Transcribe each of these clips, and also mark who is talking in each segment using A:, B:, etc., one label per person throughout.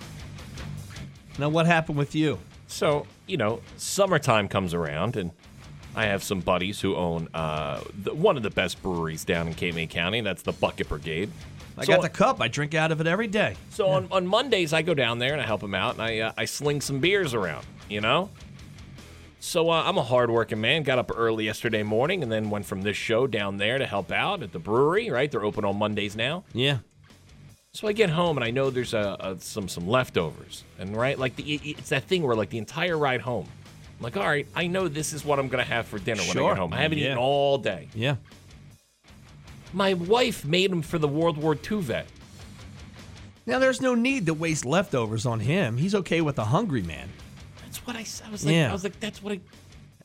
A: Now what happened with you?
B: So, you know, summertime comes around, and I have some buddies who own uh, the, one of the best breweries down in Cape May County, and that's the Bucket Brigade.
A: I
B: So-
A: got the cup. I drink out of it every day.
B: So on, on Mondays, I go down there and I help him out and I, uh, I sling some beers around, you know? So uh, I'm a hardworking man. Got up early yesterday morning and then went from this show down there to help out at the brewery, right? They're open on Mondays now.
A: Yeah.
B: So I get home and I know there's uh, uh, some some leftovers, and right like the it- it's that thing where like the entire ride home, I'm like all right, I know this is what I'm gonna have for dinner when I
A: Sure.
B: get home. I haven't
A: Yeah.
B: eaten all day.
A: Yeah.
B: My wife made him for the World War II vet.
A: Now there's no need to waste leftovers on him. He's okay with a hungry man.
B: That's what I, s- I was like.
A: Yeah.
B: I was like that's what I.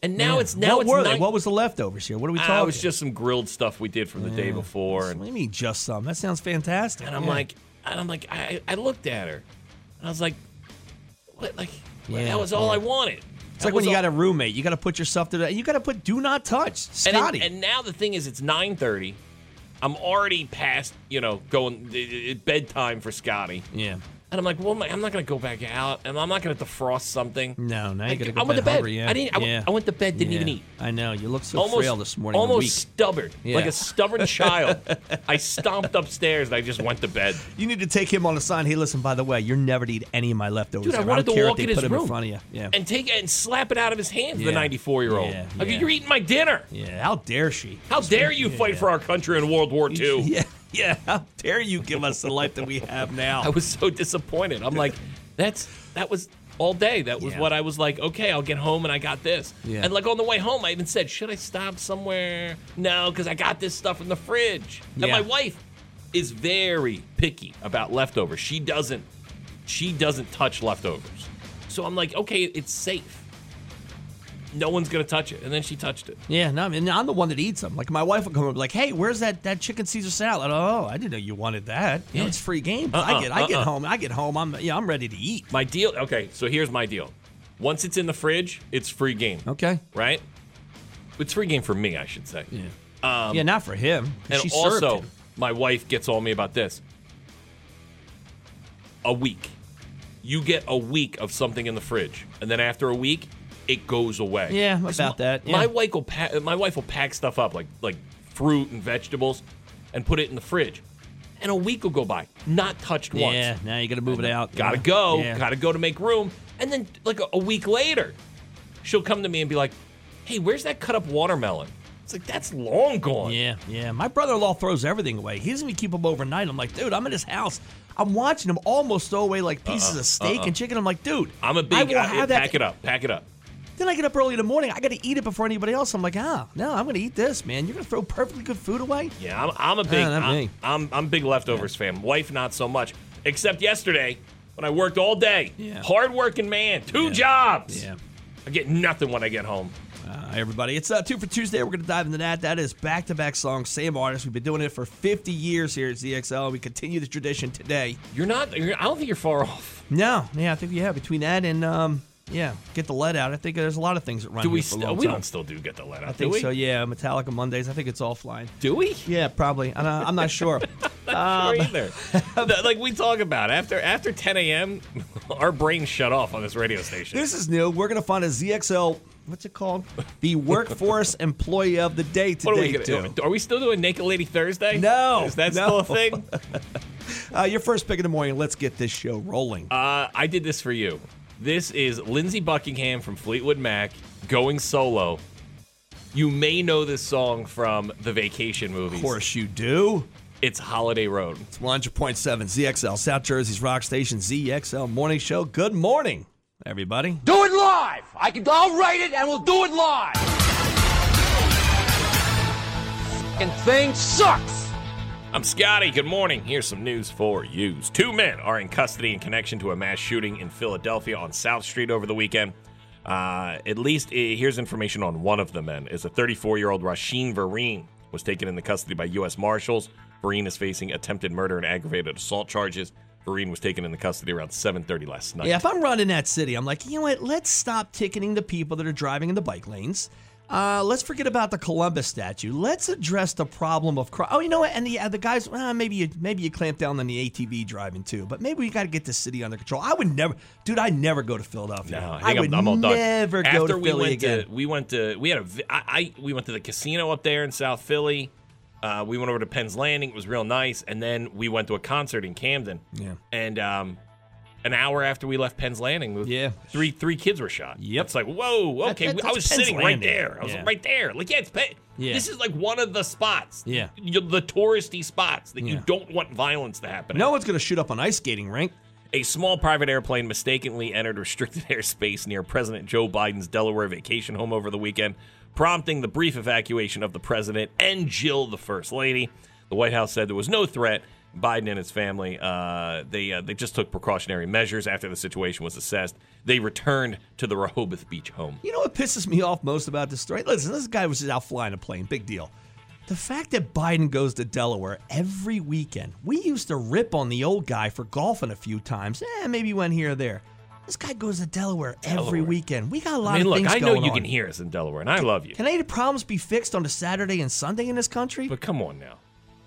B: And now
A: Yeah.
B: it's now
A: what
B: it's
A: were they?
B: nine-
A: What was the leftovers here? What are we talking?
B: Ah, it was just some grilled stuff we did from the day
A: Yeah.
B: before, and
A: What do you mean just some? That sounds fantastic.
B: And I'm
A: Yeah.
B: like, and I'm like, I, I looked at her, and I was like, what? Like,
A: Yeah,
B: that was all
A: yeah.
B: I wanted.
A: it's like when you got a roommate, you got to put yourself to that. You got to put do not touch,
B: and,
A: Scotty.
B: and now the thing is, it's 9:30. I'm already past, you know, going i- i- bedtime for Scotty,
A: yeah.
B: and I'm like, well, I'm not gonna go back out, and I'm not gonna defrost something.
A: No, now you got to go
B: I went
A: bed
B: to bed.
A: hungry, yeah.
B: I didn't. I, went-
A: Yeah.
B: I went to bed. Didn't
A: Yeah.
B: even eat.
A: I know. You look so
B: almost
A: frail this morning. and
B: almost
A: weak.
B: stubborn, like
A: Yeah.
B: a stubborn child. I stomped upstairs and I just went to bed.
A: You need to take him on a sign. Hey, listen. By the way, you're never to eat any of my leftovers.
B: Dude, I
A: ever.
B: wanted
A: don't
B: to
A: care
B: walk
A: if they
B: in his
A: put 'em
B: room
A: in front of you. Yeah.
B: and take it and slap it out of his hands. The
A: Yeah.
B: 94 year old.
A: Yeah,
B: Like,
A: yeah.
B: You're eating my dinner.
A: yeah. How dare she?
B: How dare you fight for our country in World War II?
A: Yeah. Yeah. How dare you give us the life that we have now?
B: I was so disappointed. I'm like, that's that was all day. That was
A: Yeah.
B: what I was like. Okay, I'll get home and I got this.
A: Yeah.
B: And like on the way home, I even said, should I stop somewhere? No, because I got this stuff in the fridge. And
A: Yeah.
B: my wife is very picky about leftovers. She doesn't. She doesn't touch leftovers. So I'm like, okay, it's safe. No one's gonna touch it. And then she touched it.
A: Yeah, no, I mean, I'm the one that eats them. Like my wife will come over and be like, "Hey, where's that that chicken Caesar salad?" Oh, I didn't know you wanted that. You know,
B: Yeah.
A: it's free game.
B: Uh-uh,
A: I get I get
B: uh-uh.
A: home. I get home. I'm yeah, I'm ready to eat.
B: My deal. Okay, so here's my deal. Once it's in the fridge, it's free game.
A: Okay.
B: Right? It's free game for me, I should say.
A: Yeah. yeah, not for him.
B: Um, And
A: she served
B: also,
A: him.
B: my wife gets on me about this. A week. You get a week of something in the fridge, and then after a week, it goes away.
A: Yeah, about
B: 'Cause
A: that, yeah.
B: My wife will pack. My wife will pack stuff up like like fruit and vegetables, and put it in the fridge, and a week will go by, not touched once.
A: yeah, now you got to move it out.
B: gotta
A: Yeah.
B: go,
A: Yeah.
B: gotta go to make room. And then, like a, a week later, she'll come to me and be like, "Hey, where's that cut up watermelon?" It's like that's long gone.
A: Yeah, yeah. My brother-in-law throws everything away. He doesn't even keep them overnight. I'm like, dude, I'm in his house. I'm watching him almost throw away like pieces of steak and chicken. I'm like, dude,
B: Uh-uh, I'm a
A: I
B: big.
A: will
B: I,
A: have that.
B: pack it up. Pack it up.
A: Then I get up early in the morning. I got to eat it before anybody else. I'm like, ah, no, I'm gonna eat this, man. You're gonna throw perfectly good food away.
B: Yeah, I'm, I'm a big.
A: not
B: I'm,
A: me.
B: I'm I'm big leftovers fan. Wife not so much. Except yesterday when I worked all day.
A: Yeah.
B: Hard working man. Two jobs.
A: Yeah.
B: I get nothing when I get home.
A: Uh, hey, everybody. It's uh, Two for Tuesday. We're going to dive into that. That is back to back songs, same artist. We've been doing it for 50 years here at ZXL, and we continue the tradition today.
B: You're not. You're, I don't think you're far off.
A: No, yeah, I think, yeah, between that and, um, yeah, get the lead out. I think there's a lot of things that run
B: Do
A: here
B: we?
A: for a long
B: St- we
A: time.
B: don't still do get the let out.
A: I think
B: do we?
A: so, yeah. Metallica Mondays. I think it's offline.
B: Do we?
A: Yeah, probably. I don't- I'm not sure. Um,
B: sure either. Th- like we talk about after after 10 a.m., our brains shut off on this radio station.
A: This is new. We're going to find a ZXL, what's it called? The Workforce Employee of the Day today,
B: what are we gonna
A: too.
B: do? Are we still doing Naked Lady Thursday?
A: No,
B: is that
A: no.
B: still a thing?
A: Uh, your first pick in the morning. Let's get this show rolling.
B: Uh, I did this for you. This is Lindsey Buckingham from Fleetwood Mac going solo. You may know this song from the Vacation movies.
A: Of course you do.
B: It's Holiday Road.
A: It's 100.7 ZXL, South Jersey's rock station, ZXL Morning Show. Good morning, everybody.
C: Do it live. I can. I'll write it, and we'll do it live. And thing sucks.
B: I'm Scotty. Good morning. Here's some news for yous. Two men are in custody in connection to a mass shooting in Philadelphia on South Street over the weekend. Uh, at least eh, here's information on one of the men. Is a 34 year old Rasheen Vereen was taken into custody by U.S. Marshals. Vereen is facing attempted murder and aggravated assault charges. Vereen was taken into custody around 7:30 last night.
A: Yeah, if I'm running that city, I'm like, you know what? Let's stop ticketing the people that are driving in the bike lanes. Uh, let's forget about the Columbus statue. Let's address the problem of crime. Oh, you know what? And the uh, the guys, well, maybe you maybe you clamp down on the ATV driving too, but maybe we got to get the city under control. I would never, dude. I never go to Philadelphia.
B: No, I
A: I
B: think I
A: would
B: am all done.
A: never
B: After
A: go to
B: we
A: Philly
B: went
A: again.
B: to, we went to, we had a, vi- I, I we went to the casino up there in South Philly. Uh, we went over to Penn's Landing. It was real nice, and then we went to a concert in Camden.
A: Yeah.
B: And um, an hour after we left Penn's Landing, we-
A: Yeah.
B: three three kids were shot.
A: Yep.
B: It's like whoa, okay.
A: that-
B: I was
A: that's Penn's
B: sitting right
A: Landing.
B: there. I was
A: Yeah.
B: right there. Like yeah, it's Penn.
A: Yeah.
B: This is like one of the spots.
A: Yeah.
B: You- the touristy spots that you
A: Yeah.
B: don't want violence to happen. at.
A: No one's gonna shoot up an ice skating rink.
B: A small private airplane mistakenly entered restricted airspace near President Joe Biden's Delaware vacation home over the weekend, prompting the brief evacuation of the president and Jill, the first lady. The White House said there was no threat. Biden and his family, uh, they uh, they just took precautionary measures after the situation was assessed. They returned to the Rehoboth Beach home.
A: You know what pisses me off most about this story? Listen, this guy was just out flying a plane. Big deal. The fact that Biden goes to Delaware every weekend. We used to rip on the old guy for golfing a few times. Eh, maybe he went here or there. This guy goes to Delaware, every
B: Delaware.
A: weekend. We got a lot
B: I mean,
A: of
B: look,
A: things
B: I know
A: going
B: you
A: on.
B: can hear us in Delaware, and I love you,
A: Can any of the problems be fixed on a Saturday and Sunday in this country?
B: but come on now,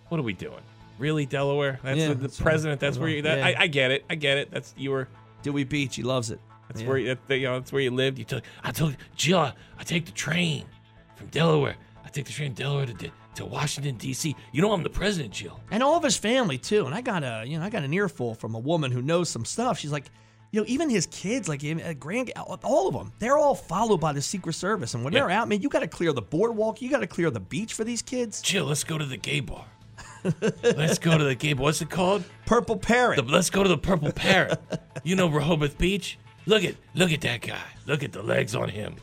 B: what are we doing? Really, Delaware? That's
A: Yeah,
B: the, the
A: that's-
B: president. That's where you. That,
A: yeah.
B: I, I get it. I get it. That's you were.
A: Dewey Beach, he loves it.
B: That's
A: Yeah.
B: where that, that, you know, that's where you lived. You took I took Jill. I, I take the train from Delaware. I take the train from Delaware to D- to Washington D.C. You know I'm the president, Jill.
A: and all of his family too. And I got a you know I got an earful from a woman who knows some stuff. She's like, you know, even his kids, like even, uh, grand, all of them, they're all followed by the Secret Service. And when
B: Yeah.
A: they're out, man, you got to clear the boardwalk, you got to clear the beach for these kids.
B: Jill, let's go to the gay bar. let's go to the gay bar. What's it called?
A: Purple parrot.
B: The- let's go to the Purple Parrot. you know Rehoboth Beach. Look at look at that guy. Look at the legs on him.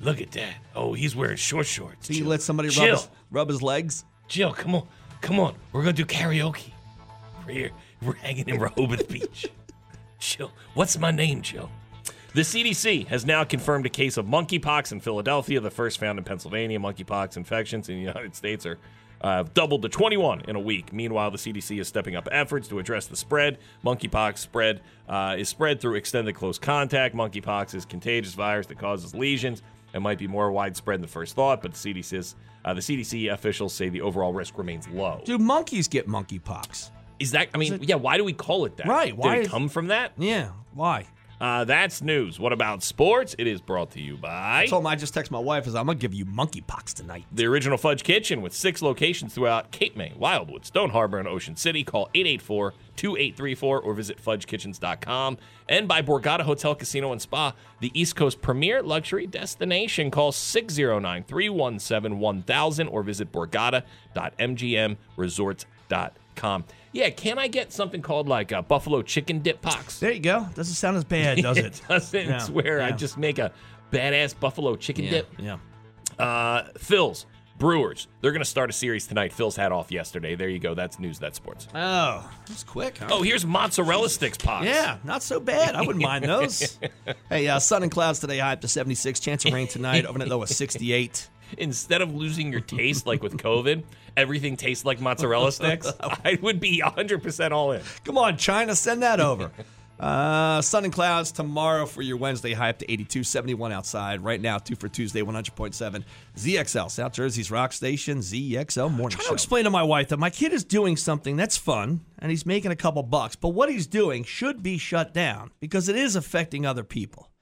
B: Look at that. Oh, he's wearing short shorts.
A: Did you
B: Jill.
A: let somebody rub
B: Jill.
A: his, rub his legs?
B: Jill, come on, come on. We're gonna do karaoke. We're here. We're hanging in Rehoboth Beach. Jill, what's my name, Jill? The CDC has now confirmed a case of monkeypox in Philadelphia, the first found in Pennsylvania. Monkeypox infections in the United States are uh, doubled to 21 in a week. Meanwhile, the CDC is stepping up efforts to address the spread. Monkeypox spread uh, is spread through extended close contact. Monkeypox is a contagious virus that causes lesions and might be more widespread than first thought, but the CDC, is- uh, the CDC officials say the overall risk remains low.
A: Do monkeys get monkeypox?
B: Is that? I mean, yeah. Why do we call it that?
A: Right,
B: Did
A: why
B: it
A: is-
B: come from that?
A: Yeah, why?
B: Uh, that's news. What about sports? It is brought to you by
A: I told him I just text my wife is I'm gonna give you monkeypox tonight.
B: the original Fudge Kitchen with six locations throughout Cape May, Wildwood, Stone Harbor, and Ocean City. Call 884 2834 or visit fudgekitchens.com. And by Borgata Hotel Casino and Spa, the East Coast premier luxury destination. Call 609 317 1000 or visit borgata.mgmresorts.com. Yeah, can I get something called like a buffalo chicken dip pox?
A: There you go. Doesn't sound as bad, does it?
B: doesn't
A: No,
B: swear. I
A: yeah.
B: just make a badass buffalo chicken
A: yeah,
B: dip.
A: yeah.
B: Uh, Phil's Brewers. They're going to start a series tonight. Phil's had off yesterday. There you go. That's news. That's sports.
A: Oh, that's quick. Huh?
B: Oh, here's mozzarella sticks pox.
A: Yeah, not so bad. I wouldn't mind those. hey, uh, sun and clouds today, high up to 76. Chance of rain tonight, overnight low of 68.
B: Instead of losing your taste like with COVID, everything tastes like mozzarella sticks. I would be 100% all in.
A: Come on, China, send that over. Uh, sun and clouds tomorrow for your Wednesday, high up to 82, 71 outside. Right now, two for Tuesday, 100.7. ZXL, South Jersey's rock station, ZXL morning show. trying to explain to my wife that my kid is doing something that's fun and he's making a couple bucks, but what he's doing should be shut down because it is affecting other people.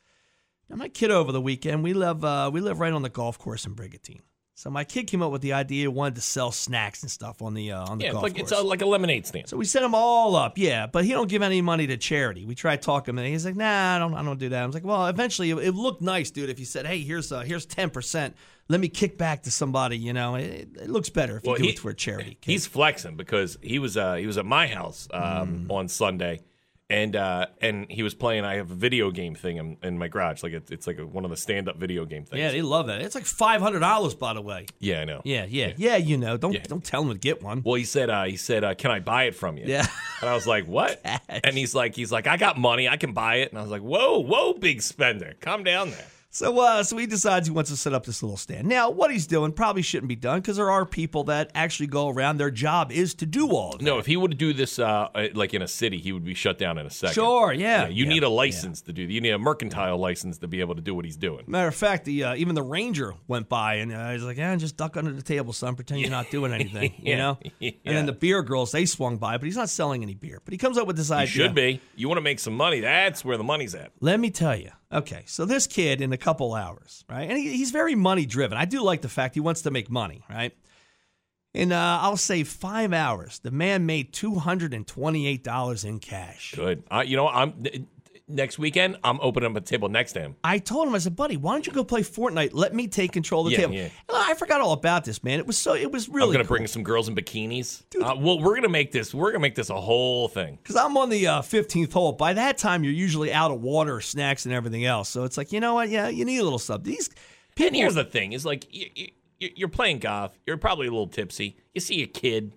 A: Now, my kid over the weekend, we live uh, we live right on the golf course in Brigantine. So my kid came up with the idea, wanted to sell snacks and stuff on the uh, on the
B: Yeah, it's
A: golf
B: like
A: course.
B: it's a, like a lemonade stand.
A: So we set them all up, yeah. But he don't give any money to charity. We try to talk him, and he's like, "Nah, I don't, I don't do that." I was like, "Well, eventually, it, it looked nice, dude. If you said, hey, here's uh, here's ten percent, let me kick back to somebody. You know, it, it looks better if you
B: Well,
A: do
B: he-
A: it for a charity." kid."
B: He's flexing because he was uh, he was at my house
A: Mm.
B: um, on Sunday, and uh, and he was playing. I have a video game thing in, in my garage, like it's, it's like a, one of the stand up video game things.
A: yeah, they love that. It's like five hundred dollars, by the way.
B: yeah, I know.
A: Yeah, yeah, yeah. You know, don't don't tell him to get one.
B: Well, he said uh, he said, uh, "Can I buy it from you?"
A: Yeah.
B: and I was like, "What?" And he's like, "He's like, I got money, I can buy it." And I was like, "Whoa, whoa, big spender, calm down there."
A: So, uh, so he decides he wants to set up this little stand. Now, what he's doing probably shouldn't be done because there are people that actually go around. Their job is to do all of that.
B: No, if he would do this uh, uh, like in a city, he would be shut down in a second.
A: Sure, yeah.
B: you
A: Yeah,
B: need a
A: yeah.
B: license to do. You need a mercantile license to be able to do what he's doing.
A: Matter of fact, the uh, even the ranger went by and uh, he's like, "Yeah, just duck under the table, son. Pretend you're not doing anything." You know. And then the beer girls they swung by, but he's not selling any beer. But he comes up with this idea.
B: Should be. You want to make some money. That's where the money's at.
A: Let me tell you. Okay, so this kid in a couple hours, right? And he, he's very money driven. I do like the fact he wants to make money, right? In uh, I'll say five hours, the man made two hundred and twenty-eight dollars in cash.
B: Good. I, you know, I'm n- next weekend. I'm opening up a table next to him.
A: I told him, I said, buddy, why don't you go play Fortnite? Let me take control of the
B: Yeah,
A: table.
B: yeah.
A: And I forgot all about this, man. It was so, it was really.
B: I'm gonna
A: cool.
B: bring some girls in bikinis. Uh, well, we're gonna make this. We're gonna make this a whole thing.
A: Because I'm on the uh, 15th hole. By that time, you're usually out of water, snacks, and everything else. So it's like, you know what? Yeah, you need a little sub. These people.
B: And here's the thing: is like you, you, you're playing golf. You're probably a little tipsy. You see a kid.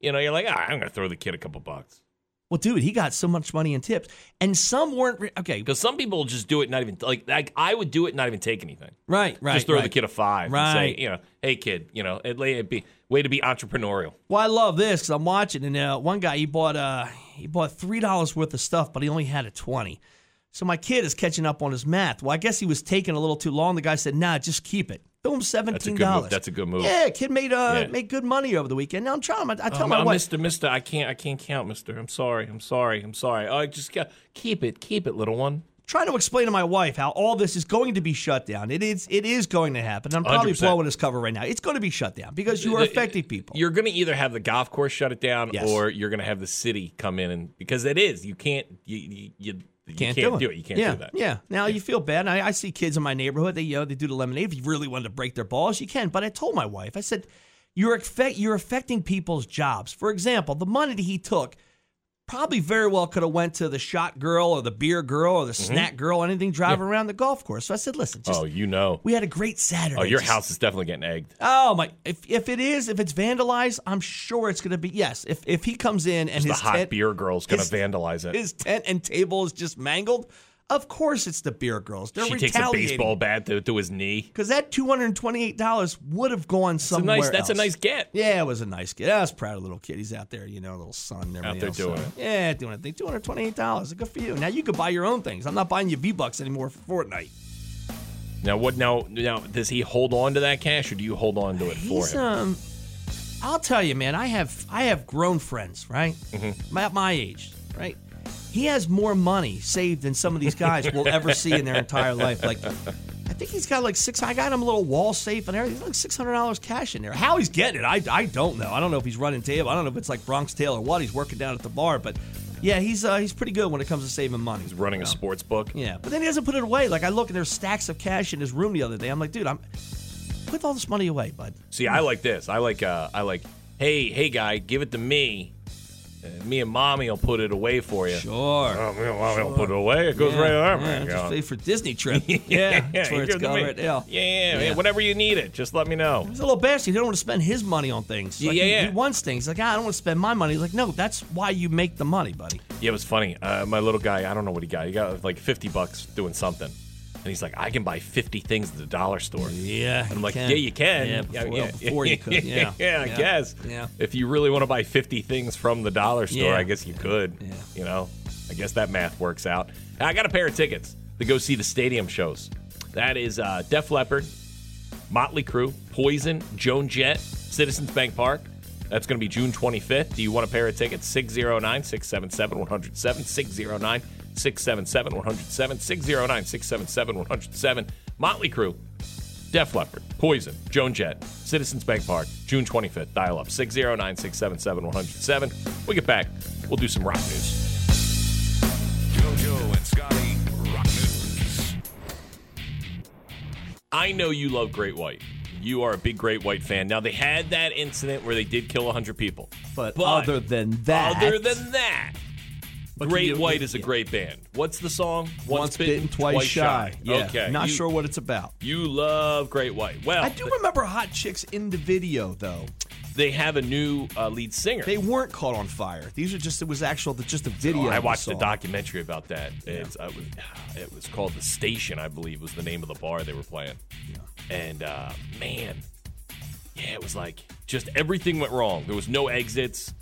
B: You know, you're like, all right, I'm gonna throw the kid a couple bucks
A: well, dude, he got so much money in tips, and some weren't. Re- okay,
B: because some people just do it, not even like like I would do it, not even take anything.
A: right, right.
B: just throw the
A: right.
B: kid a five. And
A: Right.
B: say, you know, hey kid, you know, it, it be way to be entrepreneurial.
A: Well, I love this because I'm watching, and uh, one guy he bought uh he bought three dollars worth of stuff, but he only had a twenty. So my kid is catching up on his math. Well, I guess he was taking a little too long. The guy said, "Nah, just keep it." Boom,
B: a
A: seventeen
B: good move.
A: dollars.
B: That's a good move.
A: Yeah, kid made uh
B: Yeah.
A: made good money over the weekend. Now Oh, I'm trying. I, I tell
B: Um,
A: my
B: uh,
A: wife,
B: Mister, Mister, I can't, I can't count, Mister. I'm sorry, I'm sorry, I'm sorry. I just got keep it, keep it, little one.
A: trying to explain to my wife how all this is going to be shut down. It is it is going to happen. I'm probably
B: 100%.
A: blowing his cover right now. It's going to be shut down because you are
B: The-
A: affecting people.
B: You're going to either have the golf course shut it down,
A: Yes.
B: or you're going to have the city come in and because it is, you can't, you, you, you, you can't, do, it. You can't
A: yeah,
B: do that.
A: Yeah. Now you feel bad. And I, I see kids in my neighborhood. They you know, they do the lemonade. If you really wanted to break their balls, you can. But I told my wife, I said, you're affect, you're affecting people's jobs. For example, the money that he took probably very well could have went to the shot girl or the beer girl or the snack girl, anything driving around the golf course. So I said, listen, just
B: Mm-hmm. oh, you know.
A: we had a great Saturday.
B: Oh, your
A: Just-
B: house is definitely getting egged.
A: Oh my! If if it is, if it's vandalized, I'm sure it's going to be yes. If if he comes in and
B: The
A: his
B: hot
A: tent,
B: beer girl's going to
A: his-
B: vandalize it.
A: his tent and table is just mangled, of course it's the beer girls. They're
B: she takes a
A: retaliating
B: baseball bat to, to his knee.
A: because that two hundred and twenty-eight dollars would have gone
B: It's a
A: somewhere.
B: nice. That's a
A: else.
B: nice get.
A: Yeah, it was a nice kid. I was proud of little kid. He's out there, you know, little son. And everything
B: there
A: else.
B: doing
A: So,
B: it.
A: Yeah, doing it. Two hundred twenty-eight dollars. Good for you. Now you could buy your own things. I'm not buying you V bucks anymore for Fortnite.
B: Now what? Now now does he hold on to that cash, or do you hold on to it for
A: He's
B: him?
A: um. I'll tell you, man. I have I have grown friends, right?
B: Mm-hmm.
A: At my age, right? He has more money saved than some of these guys will ever see in their entire life. Like, I think he's got like six. I got him a little wall safe and everything. He's like six hundred dollars cash in there. How he's getting it, I, I don't know. I don't know if he's running table. I don't know if it's like Bronx Tail or what. He's working down at the bar, but yeah, he's uh, he's pretty good when it comes to saving money.
B: He's running a sports book.
A: Yeah, but then he doesn't put it away. Like I look and there's stacks of cash in his room the other day. I'm like, dude, I'm put all this money away, bud.
B: See, I like this. I like uh I like hey, hey guy, give it to me. Uh, me and mommy will put it away for you.
A: Sure.
B: Oh, me and mommy will put it away. It goes
A: Yeah,
B: right there,
A: yeah,
B: man.
A: Just
B: Yeah.
A: pay for Disney trip. yeah, that's where
B: you
A: it's
B: give it to
A: going
B: me.
A: right now.
B: Yeah, yeah,
A: Yeah.
B: yeah, whenever you need it, just let me know.
A: He's a little bastard. He don't want to spend his money on things.
B: Yeah,
A: Like,
B: yeah,
A: he,
B: yeah.
A: he wants things. Like, "Ah, I don't want to spend my money. He's like, no, that's why you make the money, buddy.
B: Yeah, it was funny. Uh, my little guy, I don't know what he got. He got like 50 bucks doing something. And he's like, I can buy 50 things at the dollar store.
A: Yeah,
B: And I'm like, yeah, you can.
A: Yeah, before,
B: Yeah, yeah.
A: Well, before you could. Yeah,
B: yeah, I guess.
A: Yeah.
B: If you really want to buy 50 things from the dollar store,
A: Yeah.
B: I guess you could.
A: Yeah.
B: You know, I guess that math works out. I got a pair of tickets to go see the stadium shows. That is uh, Def Leppard, Motley Crue, Poison, Joan Jett, Citizens Bank Park. That's going to be June 25th. Do you want a pair of tickets? 609 677 107. 609 677 107. 609 677 107. Motley Crue, Def Leppard, Poison, Joan Jett, Citizens Bank Park, June 25th. Dial up 609 677 107. We get back. We'll do some rock news.
D: JoJo and Scotty Rock News.
B: I know you love Great White. You are a big Great White fan. Now, they had that incident where they did kill 100 people.
A: But, other than that,
B: Other than that,
A: But
B: Great
A: you-
B: White is a great band. What's the song? Once,
A: once bitten, twice, shy. Yeah,
B: Okay.
A: not
B: you- Oh,
A: sure what it's about.
B: You love Great White. Well,
A: I do remember Hot Chicks in the video though.
B: they have a new uh, lead singer.
A: They weren't caught on fire. These are just it was actual just a video.
B: I
A: of
B: watched a
A: song.
B: documentary about that. It's, I was, it was called The Station, I believe, was the name of the bar they were playing. And uh, man, yeah, it was like just everything went wrong. There was no exits.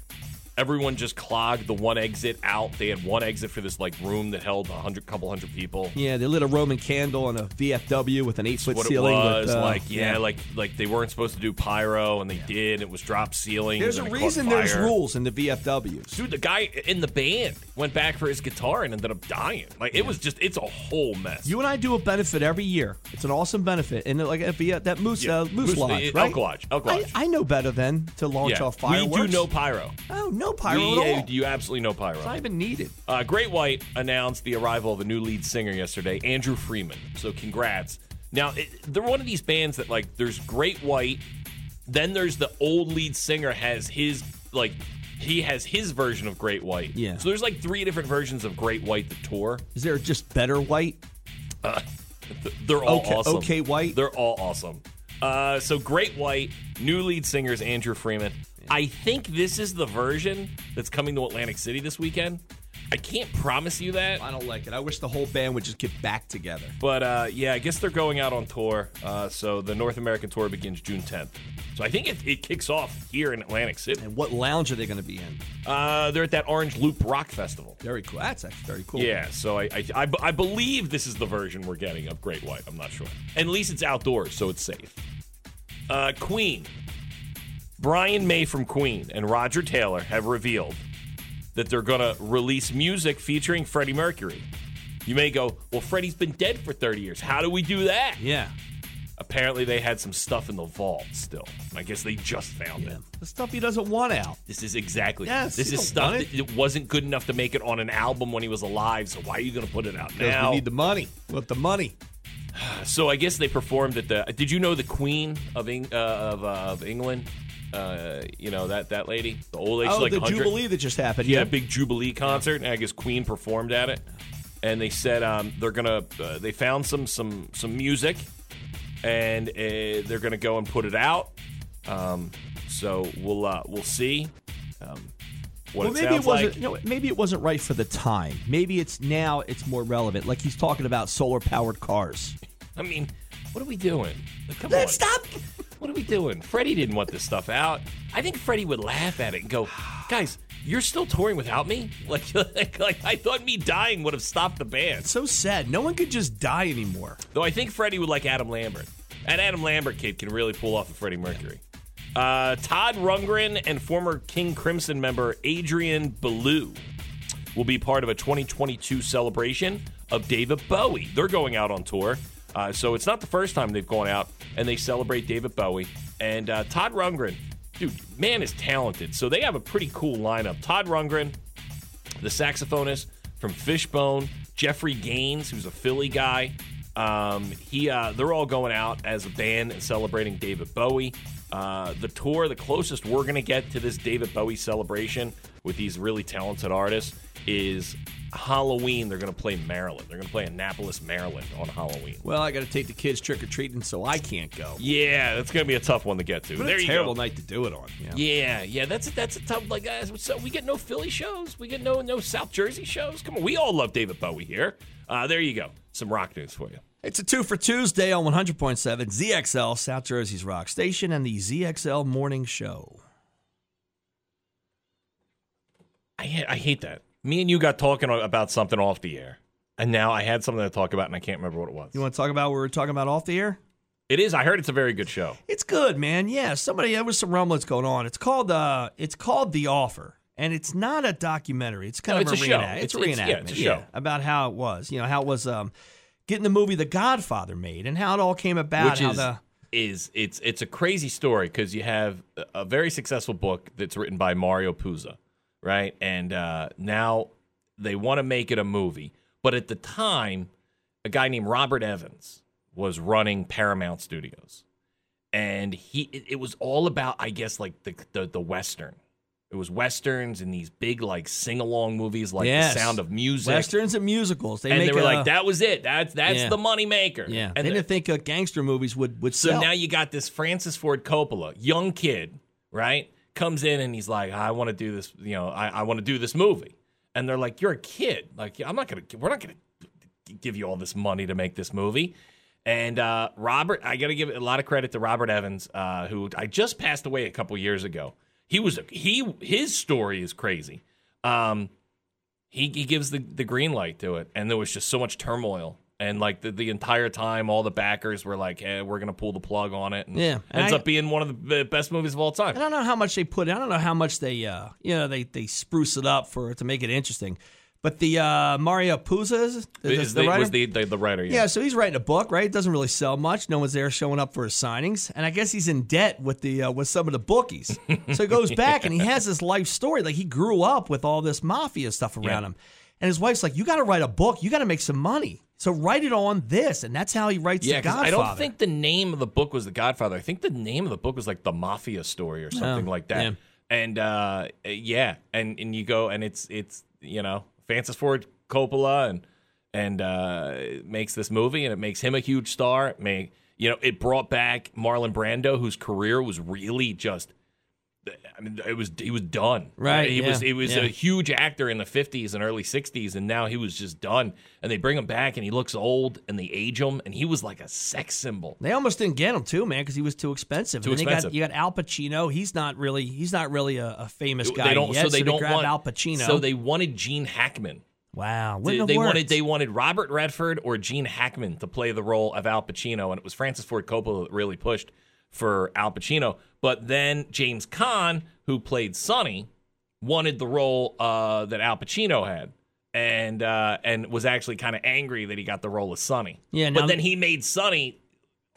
B: Everyone just clogged the one exit out. They had one exit for this like room that held a hundred, couple hundred people.
A: Yeah, they lit a Roman candle on a VFW with an eight foot
B: What
A: ceiling.
B: it was
A: with, uh,
B: like, yeah, like like they weren't supposed to do pyro, and they did. It was drop ceiling.
A: There's a
B: and then it caught
A: reason there's
B: fire.
A: rules in the VFWs.
B: Dude, the guy in the band went back for his guitar and ended up dying. Like it was just, it's a whole mess.
A: You and I do a benefit every year. It's an awesome benefit, and like a V- that moose,
B: Yeah.
A: uh, moose, lodge,
B: it-
A: right?
B: Elk Lodge, Elk
A: I,
B: Lodge.
A: I know better than to launch
B: yeah.
A: off fireworks.
B: We do no pyro.
A: Oh, no pyro
B: we,
A: at all.
B: uh, you absolutely know pyro.
A: it's not even needed.
B: Uh, Great White announced the arrival of a new lead singer yesterday, Andrew Freeman. So congrats. Now it, they're one of these bands that like there's Great White, then there's the old lead singer has his like he has his version of Great White.
A: Yeah.
B: So there's like three different versions of Great White the tour.
A: Is there just better white?
B: Th- They're all
A: Okay-
B: awesome.
A: okay, White.
B: They're all awesome. Uh, so Great White, new lead singer is Andrew Freeman. I think this is the version that's coming to Atlantic City this weekend. I can't promise you that.
A: I don't like it. I wish the whole band would just get back together.
B: But uh, yeah, I guess they're going out on tour. Uh, so the North American tour begins June 10th. So I think it, it kicks off here in Atlantic City.
A: And what lounge are they going to be in?
B: Uh, they're at that Orange Loop Rock Festival.
A: Very cool. That's actually very cool.
B: Yeah, so I, I, I, I believe this is the version we're getting of Great White. I'm not sure. At least it's outdoors, so it's safe. Uh, Queen. Brian May from Queen and Roger Taylor have revealed that they're going to release music featuring Freddie Mercury. You may go, well, Freddie's been dead for 30 years. How do we do that?
A: Yeah.
B: Apparently, they had some stuff in the vault still. I guess they just found it.
A: The stuff he doesn't want out.
B: This is exactly.
A: Yes,
B: this
A: you
B: is
A: don't
B: stuff
A: want
B: that
A: it.
B: it wasn't good enough to make it on an album when he was alive. So why are you going to put it out
A: Because
B: now?
A: we need the money. With the money.
B: so I guess they performed at the. Did you know the Queen of Eng, uh, of, uh, of England? Uh, you know that that lady, the old lady, she's
A: oh,
B: like
A: the
B: 100
A: Jubilee that just happened.
B: yeah, big Jubilee concert, and I guess Queen performed at it. And they said um, they're gonna uh, they found some some some music, and uh, they're gonna go and put it out. Um, so we'll uh, we'll see um,
A: Well,
B: what it
A: maybe it
B: sounds
A: wasn't.
B: like.
A: you know, maybe it wasn't right for the time. Maybe it's now. It's more relevant. Like he's talking about solar powered cars.
B: I mean, what are we doing? Like, come on,
A: Let's stop.
B: What are we doing? Freddie didn't want this stuff out. I think Freddie would laugh at it and go, "Guys, you're still touring without me? Like, like, like I thought me dying would have stopped the band."
A: So sad. No one could just die anymore.
B: Though I think Freddie would like Adam Lambert. That Adam Lambert kid can really pull off a Freddie Mercury. Uh, Todd Rundgren and former King Crimson member Adrian Belew will be part of a 2022 celebration of David Bowie. They're going out on tour. Uh, so it's not the first time they've gone out and they celebrate David Bowie. And uh, Todd Rundgren, dude, man is talented. So they have a pretty cool lineup. Todd Rundgren, the saxophonist from Fishbone, Jeffrey Gaines, who's a Philly guy. Um, he, uh, they're all going out as a band and celebrating David Bowie. Uh, the tour, the closest we're gonna get to this David Bowie celebration with these really talented artists is Halloween. They're gonna play Maryland. They're gonna play Annapolis, Maryland on Halloween.
A: Well, I got to take the kids trick or treating, so I can't go.
B: Yeah, that's gonna be a tough one to get to.
A: What
B: there
A: a
B: you
A: terrible
B: go.
A: night to do it on. Yeah.
B: Yeah, yeah, that's a, that's a tough. Like, guys, so we get no Philly shows, we get no no South Jersey shows. Come on, we all love David Bowie here. Uh, there you go, some rock news for you.
A: It's a two for Tuesday on 100.7 ZXL, South Jersey's Rock Station, and the ZXL Morning Show.
B: I ha- I hate that. Me and you got talking about something off the air, and now I had something to talk about, and I can't remember what it was.
A: You want to talk about what we were talking about off the air?
B: it is. I heard it's a very good show.
A: It's good, man. Yeah, somebody there was some rumblings going on. It's called uh, it's called The Offer, and it's not a documentary. It's kind
B: No,
A: of
B: it's a show.
A: reenact- It's,
B: It's-
A: a
B: it's-
A: reenactment.
B: yeah, it's a show.
A: about how it was. You know how it was. Um, getting the movie The Godfather made and how it all came about.
B: which
A: how
B: is,
A: the
B: is it's it's a crazy story because you have a- a very successful book that's written by Mario Puza, right? And uh, now they want to make it a movie, but at the time, a guy named Robert Evans was running Paramount Studios, and he it, it was all about I guess like the the, the western. It was westerns and these big like sing along movies like
A: Yes.
B: The Sound of Music.
A: westerns and musicals. They
B: and
A: make
B: they were
A: a-
B: like, "That was it. That's that's
A: Yeah.
B: the moneymaker."
A: Yeah,
B: and
A: they
B: the-
A: didn't think uh, gangster movies would would
B: so
A: sell.
B: now you got this Francis Ford Coppola, young kid, right? Comes in and he's like, I want to do this, you know, I, I want to do this movie. And they're like, You're a kid. Like, I'm not going to, we're not going to give you all this money to make this movie. And uh, Robert, I got to give a lot of credit to Robert Evans, uh, who I just passed away a couple years ago. He was, a, he, his story is crazy. Um, he, he gives the, the green light to it and there was just so much turmoil and like the, the entire time all the backers were like hey we're gonna pull the plug on it and
A: Yeah. And
B: ends
A: I-
B: up being one of the b- best movies of all
A: I
B: time
A: don't know how much they put. in. I don't know how much they, uh, you know, they they spruce it up for to make it interesting. But the uh, Mario Puza is, is
B: Is
A: the
B: the-
A: writer?
B: was the, the, the writer
A: yeah, so he's writing a book, right? It doesn't really sell much. No one's there showing up for his signings, and I guess he's in debt with the uh, with some of the bookies. so he goes back and he has this life story, like he grew up with all this mafia stuff around
B: Yeah.
A: him, and his wife's like, "You got to write a book. You got to make some money. So write it on this." And that's how he writes the
B: yeah 'cause
A: Godfather.
B: i don't think the name of the book was the godfather i think the name of the book was like the mafia story or something like that
A: yeah.
B: and uh yeah and and you go and it's it's you know francis ford coppola and and uh makes this movie and it makes him a huge star it may you know it brought back marlon brando whose career was really just I mean, it was he was done.
A: Right,
B: He
A: yeah,
B: was he was
A: yeah.
B: a huge actor in the '50s and early '60s, and now he was just done. And they bring him back, and he looks old, and they age him, and he was like a sex symbol.
A: They almost didn't get him too, man, because he was too expensive.
B: Too
A: and then
B: expensive.
A: You got, you got Al Pacino. He's not really he's not really a, a famous guy
B: They don't,
A: yet.
B: so they don't
A: grabbed
B: want
A: Al Pacino.
B: So they wanted Gene Hackman.
A: wow,
B: They,
A: wouldn't have
B: they
A: worked.
B: wanted they wanted Robert Redford or Gene Hackman to play the role of Al Pacino, and it was Francis Ford Coppola that really pushed for Al Pacino. But then James Caan, who played Sonny, wanted the role uh, that Al Pacino had, and uh, and was actually kind of angry that he got the role of Sonny.
A: Yeah, now-
B: but then he made Sonny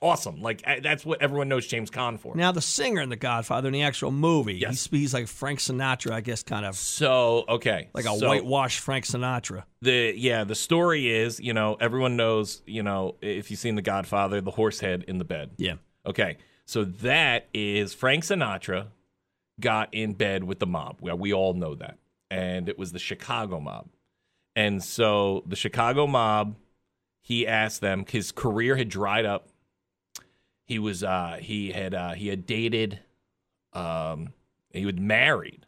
B: awesome. Like I- that's what everyone knows James Caan for.
A: now the singer in The Godfather in the actual movie,
B: Yes.
A: he's, he's like Frank Sinatra, I guess, kind of
B: so okay,
A: like a
B: so-
A: whitewashed Frank Sinatra.
B: the yeah the story is you know everyone knows you know if you've seen the godfather the horse head in the bed
A: Yeah,
B: okay so that is frank sinatra got in bed with the mob well we all know that and it was the chicago mob and so the chicago mob he asked them his career had dried up he was uh he had uh he had dated um he was married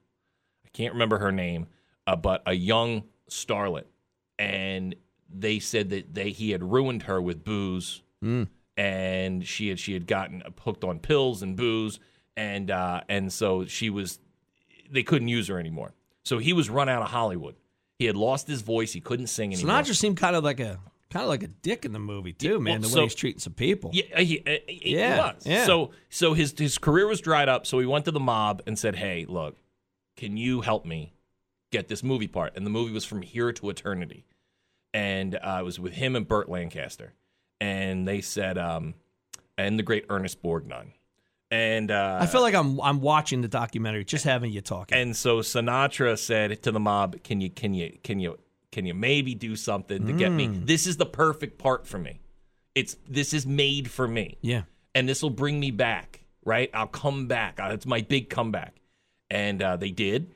B: i can't remember her name uh, but a young starlet and they said that they he had ruined her with booze and she had she had gotten hooked on pills and booze and uh and so she was they couldn't use her anymore so he was run out of hollywood he had lost his voice he couldn't sing anymore
A: Sinatra seemed kind of like a kind of like a dick in the movie too, man. the way
B: so-
A: he's treating some people.
B: Yeah, uh, he, uh, he
A: Yeah,
B: was.
A: yeah.
B: So so his his career was dried up. So he went to the mob and said, "Hey, look, can you help me get this movie part?" And the movie was from here to eternity, and uh, it was with him and Burt Lancaster, and they said, um, and the great Ernest Borgnine, and uh,
A: I feel like I'm I'm watching the documentary, just having you talking.
B: and so Sinatra said to the mob, "Can you can you can you can you maybe do something to get me?
A: Mm.
B: This is the perfect part for me. It's this is made for me."
A: yeah,
B: and this will bring me back, right? I'll come back. Uh, It's my big comeback. And uh, they did.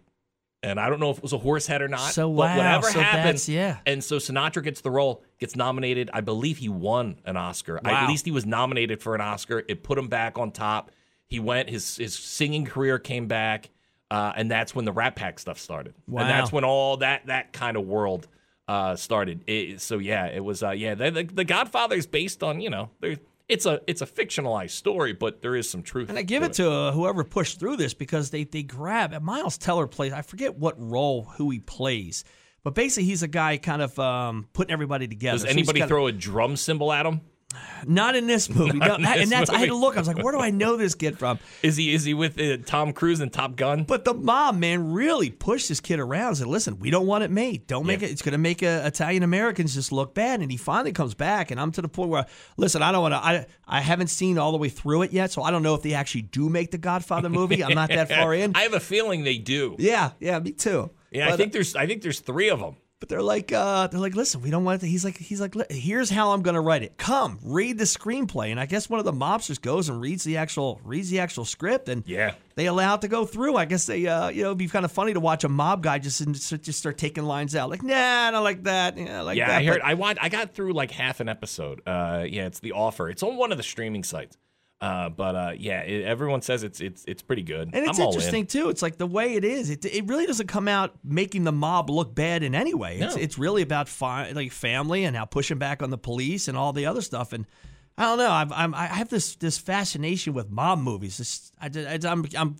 B: And I don't know if it was a horse head or not.
A: So, wow,
B: But whatever
A: so
B: happened.
A: that's- yeah.
B: And so Sinatra gets the role, gets nominated. I believe he won an Oscar.
A: Wow.
B: At least he was nominated for an Oscar. It put him back on top. He went, his, his singing career came back. Uh, and that's when the Rat Pack stuff started.
A: Wow.
B: And that's when all that that kind of world uh, started. It, so yeah, it was uh, yeah. The, the, the Godfather is based on you know there. It's a it's a fictionalized story, but there is some truth.
A: And I give it to uh, whoever pushed through this because they they grab and Miles Teller plays. I forget what role who he plays, but basically he's a guy kind of um, putting everybody together.
B: Does
A: So he's
B: anybody
A: got-
B: throw a drum cymbal at him?
A: Not in this movie. No, and that's I had to look. I was like, where do I know this kid from?
B: Is he is he with uh, Tom Cruise and Top Gun?
A: But the mom, man, really pushed this kid around. and Said, "Listen, we don't want it made. Don't make it. It's going to make uh, Italian Americans just look bad." And he finally comes back, and I'm to the point where, listen, I don't want to. I I haven't seen all the way through it yet, so I don't know if they actually do make the Godfather movie. I'm not that far in.
B: I have a feeling they do.
A: yeah, yeah, me too.
B: Yeah, I
A: But, uh,
B: think there's I think there's three of them.
A: but they're like, uh, they're like, listen, we don't want it. To, he's like, he's like, "Li- here's how I'm gonna write it. Come read the screenplay, and I guess one of the mobsters goes and reads the actual reads the actual script, and
B: Yeah.
A: they allow it to go through. I guess they, uh, you know, it'd be kind of funny to watch a mob guy just just start taking lines out, like, nah, I don't like that, yeah, I like
B: Yeah,
A: that.
B: I heard.
A: but-
B: I watched. I got through like half an episode. Uh, yeah, it's the offer. It's on one of the streaming sites. Uh, but uh, yeah, it, everyone says it's it's it's pretty good.
A: and it's
B: I'm all in.
A: interesting too. It's like the way it is. It, it really doesn't come out making the mob look bad in any way. It's
B: No.
A: it's really about fi- like family and how pushing back on the police and all the other stuff. And I don't know. I've, I'm I have this this fascination with mob movies. This, I, am I'm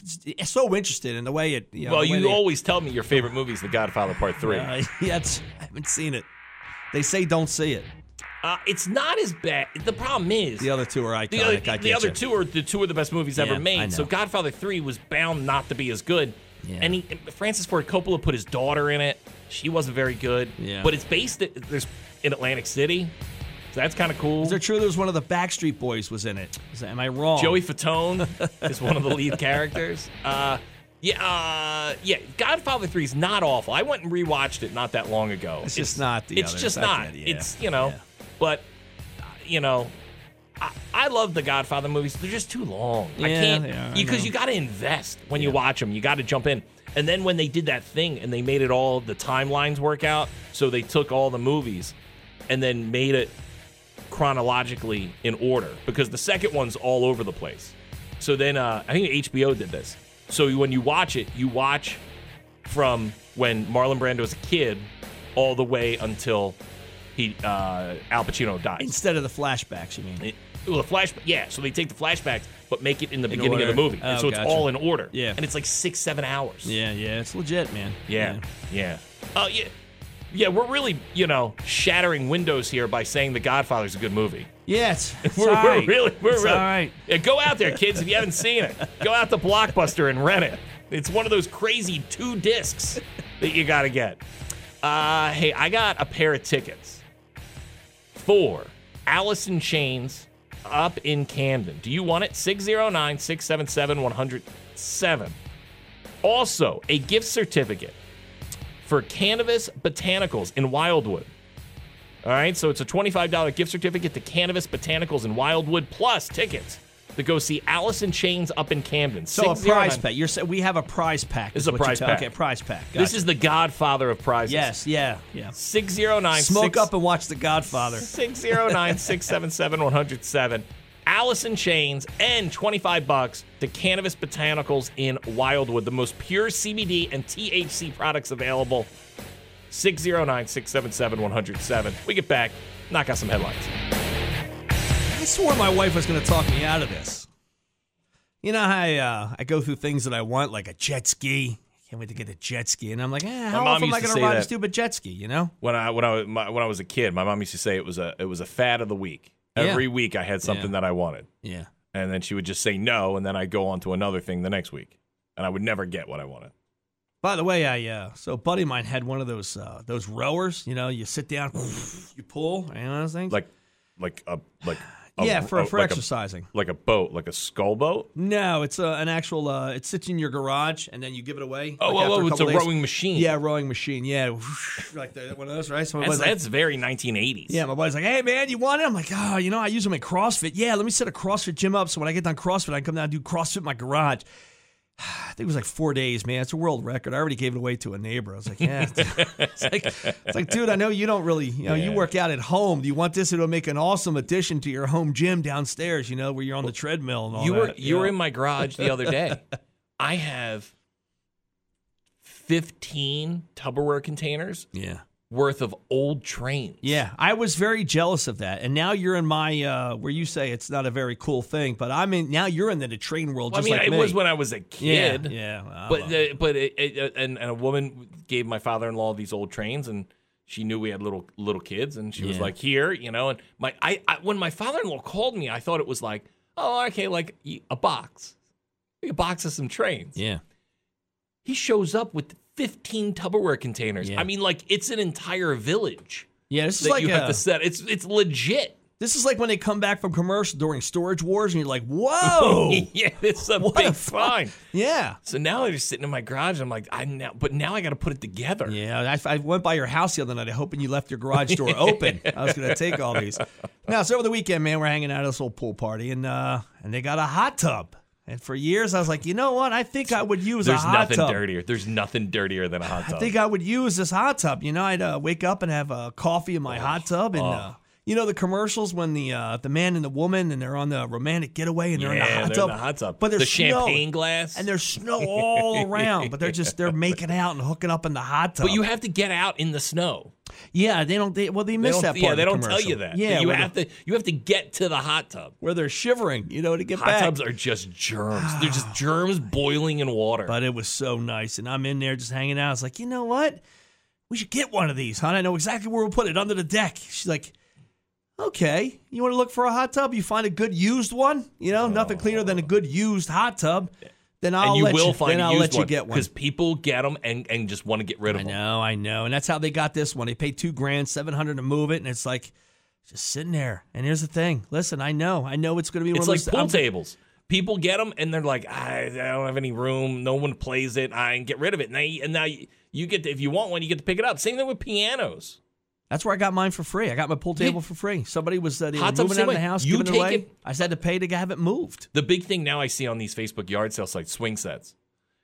A: so interested in the way it. You know,
B: Well,
A: the way
B: you
A: they-
B: always tell me your favorite movie is The Godfather Part Three.
A: Uh, yeah, it's- I haven't seen it. They say don't see it.
B: Uh, it's not as bad. The problem is
A: The other two are iconic.
B: the other,
A: I can't
B: the other
A: check.
B: two are the two of the best movies
A: Yeah,
B: ever
A: I know.
B: made. So Godfather Three was bound not to be as good. And he, Francis Ford Coppola put his daughter in it. She wasn't very good.
A: Yeah.
B: But it's based at, there's in Atlantic City, so that's kind of cool.
A: Is it true there was one of the Backstreet Boys was in it? Is that- am I wrong?
B: Joey Fatone is one of the lead characters. Uh, yeah, uh, yeah. Godfather Three is not awful. I went and rewatched it not that long ago.
A: It's just not the
B: It's
A: others.
B: just
A: I
B: not.
A: get it, yeah,
B: It's you know,
A: yeah.
B: but uh, you know, I, I love the Godfather movies. They're just too long.
A: Yeah,
B: I
A: they are, I
B: can't because
A: know.
B: you got to invest when you watch them. You got to jump in. And then when they did that thing and they made it all the timelines work out, so they took all the movies and then made it chronologically in order because the second one's all over the place. So then uh, I think HBO did this. So when you watch it, you watch from when Marlon Brando was a kid all the way until he uh, Al Pacino dies.
A: Instead of the flashbacks, you mean?
B: It- well, the flashback, yeah. So they take the flashbacks, but make it in the beginning of the
A: order.
B: movie, and
A: Oh,
B: so it's
A: gotcha.
B: all in order.
A: Yeah.
B: and it's like six, seven hours.
A: Yeah, yeah, it's legit, man.
B: yeah, yeah. Oh, yeah, yeah. We're really, you know, shattering windows here by saying The Godfather's a good movie.
A: yeah. It's, it's
B: We're,
A: all right.
B: we're really, we're
A: It's
B: really.
A: all right.
B: Yeah, go out there, kids, if you haven't seen it. Go out to Blockbuster and rent it. It's one of those crazy two discs that you got to get. Uh, hey, I got a pair of tickets for Alice in Chains up in Camden. Do you want it? 609 677 107. Also, a gift certificate for Cannabis Botanicals in Wildwood. All right, so it's a $25 gift certificate to Cannabis Botanicals in Wildwood, plus tickets to go see Alice in Chains up in Camden.
A: So a
B: 609.
A: prize pack. You're sa- we have a prize pack.
B: This
A: is
B: is a
A: what you're
B: prize
A: tell-
B: pack.
A: Okay, prize pack.
B: This
A: Gotcha.
B: is the godfather of prizes.
A: yes, yeah, yeah.
B: 609
A: Smoke up and watch The Godfather.
B: 609 677 107. Allison Chains and 25 bucks to Cannabis Botanicals in Wildwood, the most pure CBD and THC products available. 609 677 107. We get back, knock out some headlines.
A: I swore my wife was going to talk me out of this. You know how I, uh, I go through things that I want, like a jet ski. Can't wait to get a jet ski, and I'm like, eh, how
B: mom
A: often am
B: used
A: I
B: to
A: going
B: say
A: ride a
B: that.
A: stupid jet ski? You know?
B: When I when I my, when I was a kid, my mom used to say it was a it was a fad of the week.
A: Yeah.
B: Every week I had something
A: Yeah.
B: that I wanted,
A: Yeah.
B: and then she would just say no, and then I'd go on to another thing the next week, and I would never get what I wanted.
A: By the way, I uh, so a buddy of mine had one of those uh, those rowers. You know, you sit down, you pull, you know those things.
B: Like like a like a-
A: yeah, for
B: a-
A: for
B: like a-
A: exercising.
B: like a boat, like a skull boat.
A: no, it's uh, an actual. Uh, it sits in your garage, and then you give it away.
B: Oh,
A: like,
B: oh,
A: after
B: oh, it's
A: couple
B: a
A: days.
B: rowing machine.
A: Yeah, rowing machine. Yeah, like the, one of those, right? So my
B: that's,
A: buddy's like-
B: that's very 1980s.
A: yeah, my buddy's like, "Hey, man, you want it?" I'm like, "Oh, you know, I use them at CrossFit. Yeah, let me set a CrossFit gym up. So when I get done CrossFit, I can come down and do CrossFit in my garage." I think it was like four days, man. It's a world record. I already gave it away to a neighbor. I was like, "Yeah." it's, like, it's like, dude, I know you don't really, you know, you work out at home. Do you want this? It'll make an awesome addition to your home gym downstairs. You know, where you're on the treadmill and all
B: you
A: that.
B: were you were
A: know?
B: in my garage the other day. I have 15 Tupperware containers
A: yeah.
B: worth of old trains.
A: Yeah, I was very jealous of that, and now you're in my uh, where you say it's not a very cool thing, but I'm in now. You're in the, the train world,
B: Well, I
A: just
B: mean,
A: like
B: it
A: me.
B: was when I was a
A: yeah,
B: kid.
A: yeah. well,
B: uh, But the, but it, it, and and a woman gave my father-in-law these old trains and she knew we had little little kids, and she was
E: Yeah.
B: like, "Here, you know." And my, I, I when my father-in-law called me, I thought it was like, "Oh, okay, like y- a box, like a box of some trains."
E: Yeah.
B: He shows up with 15 Tupperware containers.
E: Yeah.
B: I mean, like it's an entire village
E: Yeah, this is
B: that
A: like
B: you have
A: a-
B: to set. It's it's legit.
A: This is like when they come back from commercial during storage wars, and you're like, whoa,
B: yeah, it's a
A: Oh. What a
B: big
A: fu-
B: fine.
A: yeah.
B: So now I'm just sitting in my garage. I'm like, I now, but now I got to put it together.
A: Yeah, I, I went by your house the other night, hoping you left your garage door open. I was going to take all these. Now, so over the weekend, man, we're hanging out at this little pool party, and uh, and they got a hot tub. And for years, I was like, you know what? I think I would use
B: There's
A: a hot
B: nothing
A: tub.
B: dirtier. There's nothing dirtier than a hot tub.
A: I think I would use this hot tub. You know, I'd uh, wake up and have a coffee in my hot
B: Oh,
A: tub, and uh, you know the commercials when the uh, the man and the woman and they're on the romantic getaway and they're in the
B: Yeah,
A: hot
B: they're
A: tub.
B: in the hot tub.
A: but there's
B: The
A: snow,
B: champagne glass.
A: and there's snow all around. But they're just they're making out and hooking up in the hot tub.
B: but you have to get out in the snow.
A: yeah, they don't. They, well, they
B: They
A: miss
B: don't-
A: that part.
B: yeah,
A: of
B: they
A: the
B: don't tell
A: commercial.
B: you that.
A: Yeah,
B: you
A: where
B: have
A: the-
B: to. You have to get to the hot tub.
A: where they're shivering. You know, to get
B: Hot
A: back.
B: tubs are just germs. They're just germs boiling in water.
A: but it was so nice, and I'm in there just hanging out. I was like, you know what? We should get one of these, hon. I know exactly where we'll put it under the deck. She's like. okay, you want to look for a hot tub? You find a good used one. You know, nothing cleaner than a good used hot tub. Then I'll
B: and you
A: let
B: will
A: you,
B: find
A: then
B: a
A: I'll
B: used
A: let you get one.
B: because people get them and, and just want to get rid of
A: I
B: them.
A: know, I know, and that's how they got this one. They paid two grand, seven hundred to move it, and it's like just sitting there. And here's the thing: listen, I know, I know it's going to be
B: It's
A: one
B: like
A: of those.
B: pool
A: I'm-
B: tables. People get them and they're like, I, I don't have any room. No one plays it. I get rid of it. And, they, and now you, you get to, if you want one, you get to pick it up. Same thing with pianos.
A: That's where I got mine for free. I got my pool table for free. Somebody was uh, they were
B: Hot tub,
A: moving
B: same
A: out of the
B: way.
A: house,
B: You
A: giving it
B: take
A: away.
B: it-
A: I just had to pay to have it moved.
B: The big thing now I see on these Facebook yard sale sites, swing sets,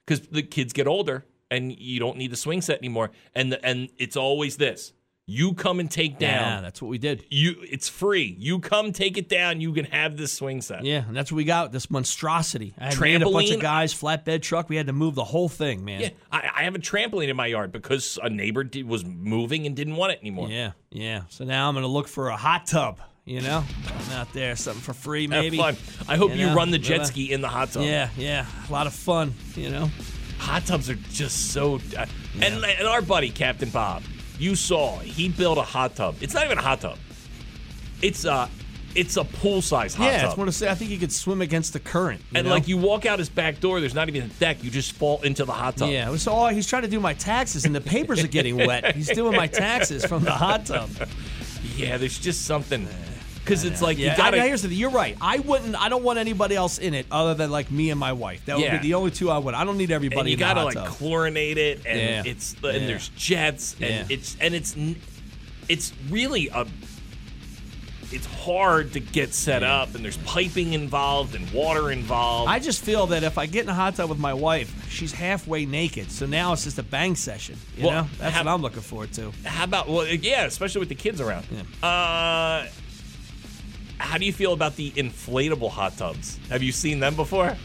B: because the kids get older and you don't need the swing set anymore. And the, and it's always this: you come and take
A: Yeah,
B: down.
A: that's what we did.
B: you it's free. You come take it down. You can have this swing set.
A: Yeah, and that's what we got this monstrosity. I had me and a bunch of
B: Trampoline.
A: guys, flatbed truck. We had to move the whole thing, man.
B: Yeah, I, I have a trampoline in my yard because a neighbor did, was moving and didn't want it anymore.
A: yeah, yeah. So now I'm gonna look for a hot tub. You know, I'm out there something for free, maybe.
B: Have fun. I hope
A: You
B: you,
A: know,
B: run the jet
A: bye-bye.
B: ski in the hot tub.
A: Yeah, yeah. A lot of fun. You know.
B: Hot tubs are just so. Uh, and, and our buddy, Captain Bob, you saw, he built a hot tub. It's not even a hot tub, it's a, it's a pool size hot
A: yeah,
B: tub.
A: it's one to say. I think you could swim against the current. you
B: and
A: know?
B: like you walk out his back door, there's not even a deck. You just fall into the hot tub.
A: Yeah, it was all he's trying to do my taxes, and the papers are getting wet. He's doing my taxes from the hot tub.
B: Yeah, there's just something. Because it's like
A: Yeah,
B: you gotta.
A: I, here's the thing. You're right. I wouldn't. I don't want anybody else in it other than like me and my wife. That would
B: Yeah.
A: be the only two I would. I don't need everybody.
B: and you
A: in the
B: gotta
A: hot
B: like
A: tub.
B: chlorinate it, and
A: Yeah.
B: it's and
A: Yeah.
B: there's jets, and
A: Yeah.
B: it's and it's n- it's really a it's hard to get set up, and there's piping involved and water involved.
A: I just feel that if I get in a hot tub with my wife, she's halfway naked. So now it's just a bang session. You
B: Well,
A: know, that's
B: have-
A: what I'm looking forward to. Eh,
B: how about well, yeah, especially with the kids around. Uh, how do you feel about the inflatable hot tubs? Have you seen them before?
A: Eh,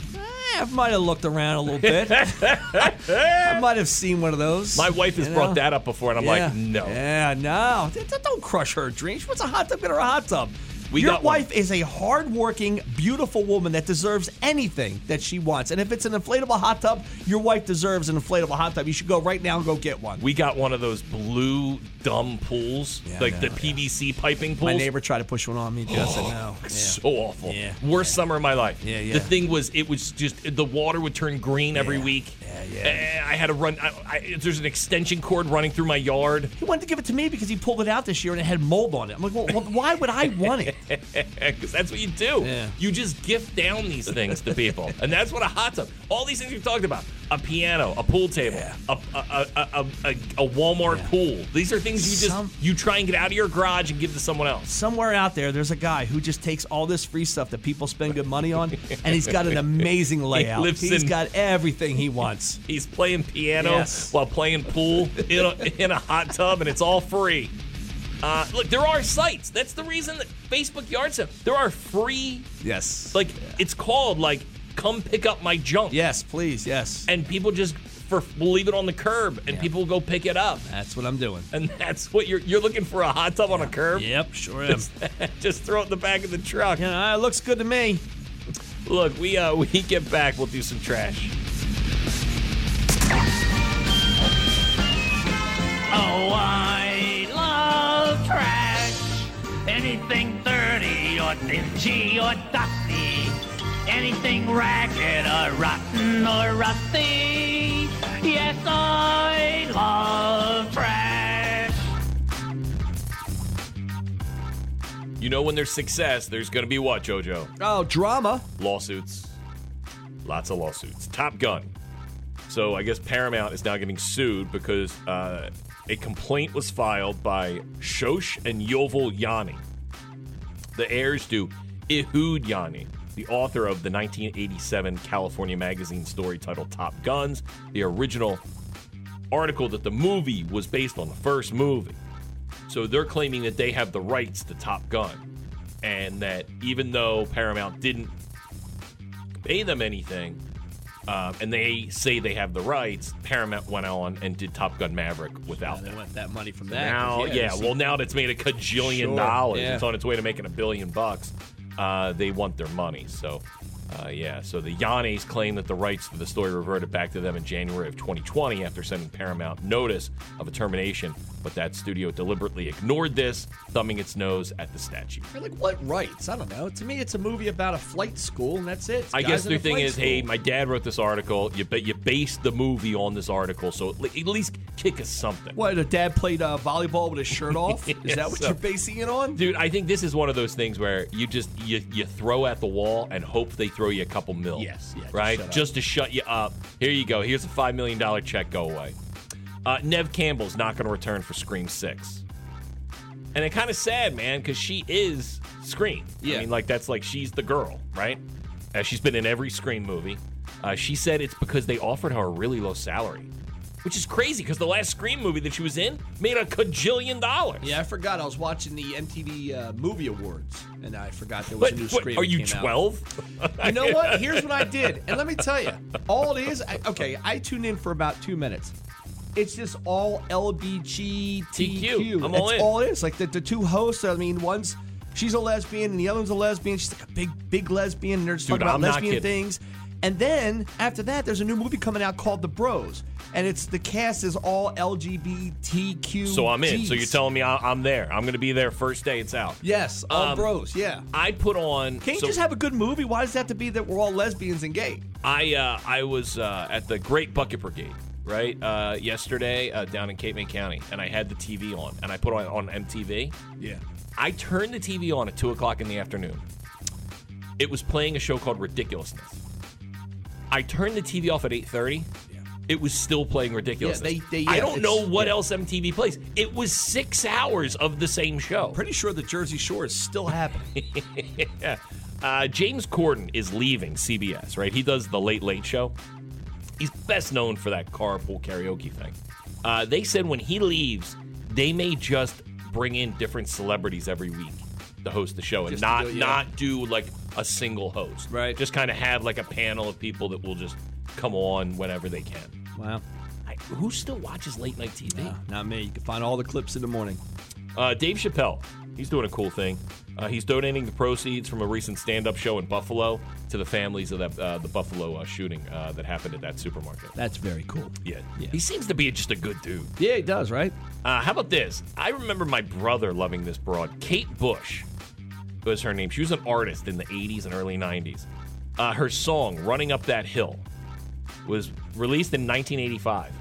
A: I might have looked around a little bit. I might have seen one of those.
B: My wife has
A: You
B: brought
A: know?
B: that up before, and I'm
A: Yeah.
B: like, no.
A: Yeah, no. Th- th- Don't crush her dreams. She wants a hot tub. Get her a hot tub.
B: We
A: Your
B: got one.
A: wife is a hardworking, beautiful woman that deserves anything that she wants. And if it's an inflatable hot tub, your wife deserves an inflatable hot tub. You should go right now and go get one.
B: We got one of those blue dumb pools,
A: Yeah, I
B: like the
A: know, yeah.
B: PVC piping pools.
A: My neighbor tried to push one on me. I said no.
B: Oh, It's
A: Yeah.
B: so awful.
A: Yeah.
B: Worst summer of my life.
A: Yeah, yeah.
B: The thing was, it was just the water would turn green every week.
A: Yeah, yeah.
B: Eh, I had to run. I, I, there's an extension cord running through my yard
A: He wanted to give it to me because he pulled it out this year and it had mold on it. I'm like, well, well, why would I want it?
B: because Eh, that's what you do.
A: Yeah.
B: You just gift down these things to people, and that's what a hot tub. All these things we've talked about: a piano, a pool table,
A: Yeah.
B: a, a, a, a, a, a Walmart pool. These are things you just
A: Some-
B: you try and get out of your garage and give to someone else.
A: Somewhere out there, there's a guy who just takes all this free stuff that people spend good money on, and he's got an amazing layout.
B: lives
A: has
B: in-
A: got everything he wants.
B: He's playing piano
A: Yes.
B: while playing pool in a, in a hot tub, and it's all free. Uh, look, there are sites. That's the reason that Facebook Yard Sale. There are free,
A: Yes.
B: like it's called like come pick up my junk.
A: Yes, please. Yes.
B: and people just for will leave it on the curb, and people will go pick it up,
A: That's what I'm doing.
B: and that's what you're you're looking for a hot tub on a curb.
A: Yep, sure am.
B: just throw it in the back of the truck.
A: You know, it looks good to me.
B: Look, we uh we get back, we'll do some trash. Oh, I
E: trash. Anything dirty or dingy or dusty. Anything ragged or rotten or rusty. Yes, I love trash.
B: You know, when there's success, there's going to be what, JoJo?
A: Oh, drama.
B: lawsuits. Lots of lawsuits. Top Gun. So I guess Paramount is now getting sued because uh, a complaint was filed by Shosh and Yovel Yani, the heirs to Ehud Yani, the author of the 1987 California magazine story titled Top Guns, the original article that the movie was based on, the first movie. So they're claiming that they have the rights to Top Gun, and that even though Paramount didn't pay them anything, uh, and they say they have the rights, Paramount went on and did Top Gun Maverick without
A: They
B: them.
A: want that money from that.
B: Now, yeah, well, now that's made a cajillion
A: Sure,
B: dollars.
A: yeah.
B: It's on its way to making a billion bucks. Uh, they want their money, so. Uh, yeah, so the Yannis claim that the rights to the story reverted back to them in January of 2020 after sending Paramount notice of a termination, but that studio deliberately ignored this, thumbing its nose at the statute.
A: You're like, what rights? I don't know. To me, it's a movie about a flight school, and that's it. It's
B: I
A: guys
B: guess
A: in
B: the
A: a
B: thing
A: flight
B: is, hey,
A: school.
B: my dad wrote this article. You bet you based the movie on this article, so at le- at least kick us something.
A: What, a dad played uh, volleyball with his shirt off? Is that what
B: so-
A: you're basing it on?
B: Dude, I think this is one of those things where you just you, you throw at the wall and hope they throw you a couple mil.
A: Yes, yeah, just
B: right,
A: shut up.
B: just, to shut you up. Here you go. Here's a five million dollar check. Go away. Uh, Nev Campbell's not going to return for Scream Six, and it kind of sad, man, because she is Scream.
A: Yeah.
B: I mean, like that's like she's the girl, right? Uh, she's been in every Scream movie. Uh, she said it's because they offered her a really low salary, which is crazy because the last Scream movie that she was in made a cajillion dollars.
A: Yeah, I forgot. I was watching the MTV uh, Movie Awards, and I forgot there was
B: What,
A: a new
B: what,
A: screen.
B: are
A: that
B: you
A: came out.
B: 12?
A: You know what? Here's what I did, and let me tell you, all it is. I, okay, I tuned in for about two minutes. It's just all LBGTQ.
B: TQ. I'm
A: That's
B: all in.
A: all it is. Like the, the two hosts. I mean, one's she's a lesbian, and the other one's a lesbian. She's like a big, big lesbian, and they're just
B: Dude,
A: talking about
B: I'm not
A: lesbian
B: kidding.
A: things. And then after that, there's a new movie coming out called The Bros, and it's the cast is all LGBTQ.
B: so I'm in. So you're telling me I, I'm there. I'm going to be there first day it's out.
A: Yes, all
B: Um,
A: bros. Yeah.
B: I put on.
A: Can't
B: so
A: you just have a good movie? Why does it have to be that we're all lesbians and gay?
B: I uh, I was uh, at the Great Bucket Brigade right uh, yesterday uh, down in Cape May County, and I had the TV on, and I put on on MTV.
A: Yeah.
B: I turned the TV on at two o'clock in the afternoon. It was playing a show called Ridiculousness. I turned the TV off at eight thirty. It was still playing Ridiculousness.
A: Yeah, they- they-
B: I
A: yeah,
B: don't
A: it's-
B: know what
A: yeah.
B: else MTV plays. It was six hours of the same show.
A: Pretty sure the Jersey Shore is still happening.
B: Uh, James Corden is leaving CBS, right? He does the Late Late Show. He's best known for that carpool karaoke thing. Uh, they said when he leaves, they may just bring in different celebrities every week to host the show and
A: Just to
B: not
A: do it, yeah.
B: not do like a single host.
A: Right.
B: Just kind of have like a panel of people that will just come on whenever they can.
A: wow.
B: I, who still watches late night TV?
A: Uh, Not me. You can find all the clips in the morning.
B: Uh, Dave Chappelle, he's doing a cool thing. Uh, he's donating the proceeds from a recent stand-up show in Buffalo to the families of that, uh, the Buffalo uh, shooting uh, that happened at that supermarket.
A: That's very cool.
B: Yeah. he seems to be just a good dude.
A: Yeah, it does, right?
B: Uh, how about this? I remember my brother loving this broad, Kate Bush. Was her name? She was an artist in the '80s and early '90s. Uh, her song "Running Up That Hill" was released in 1985.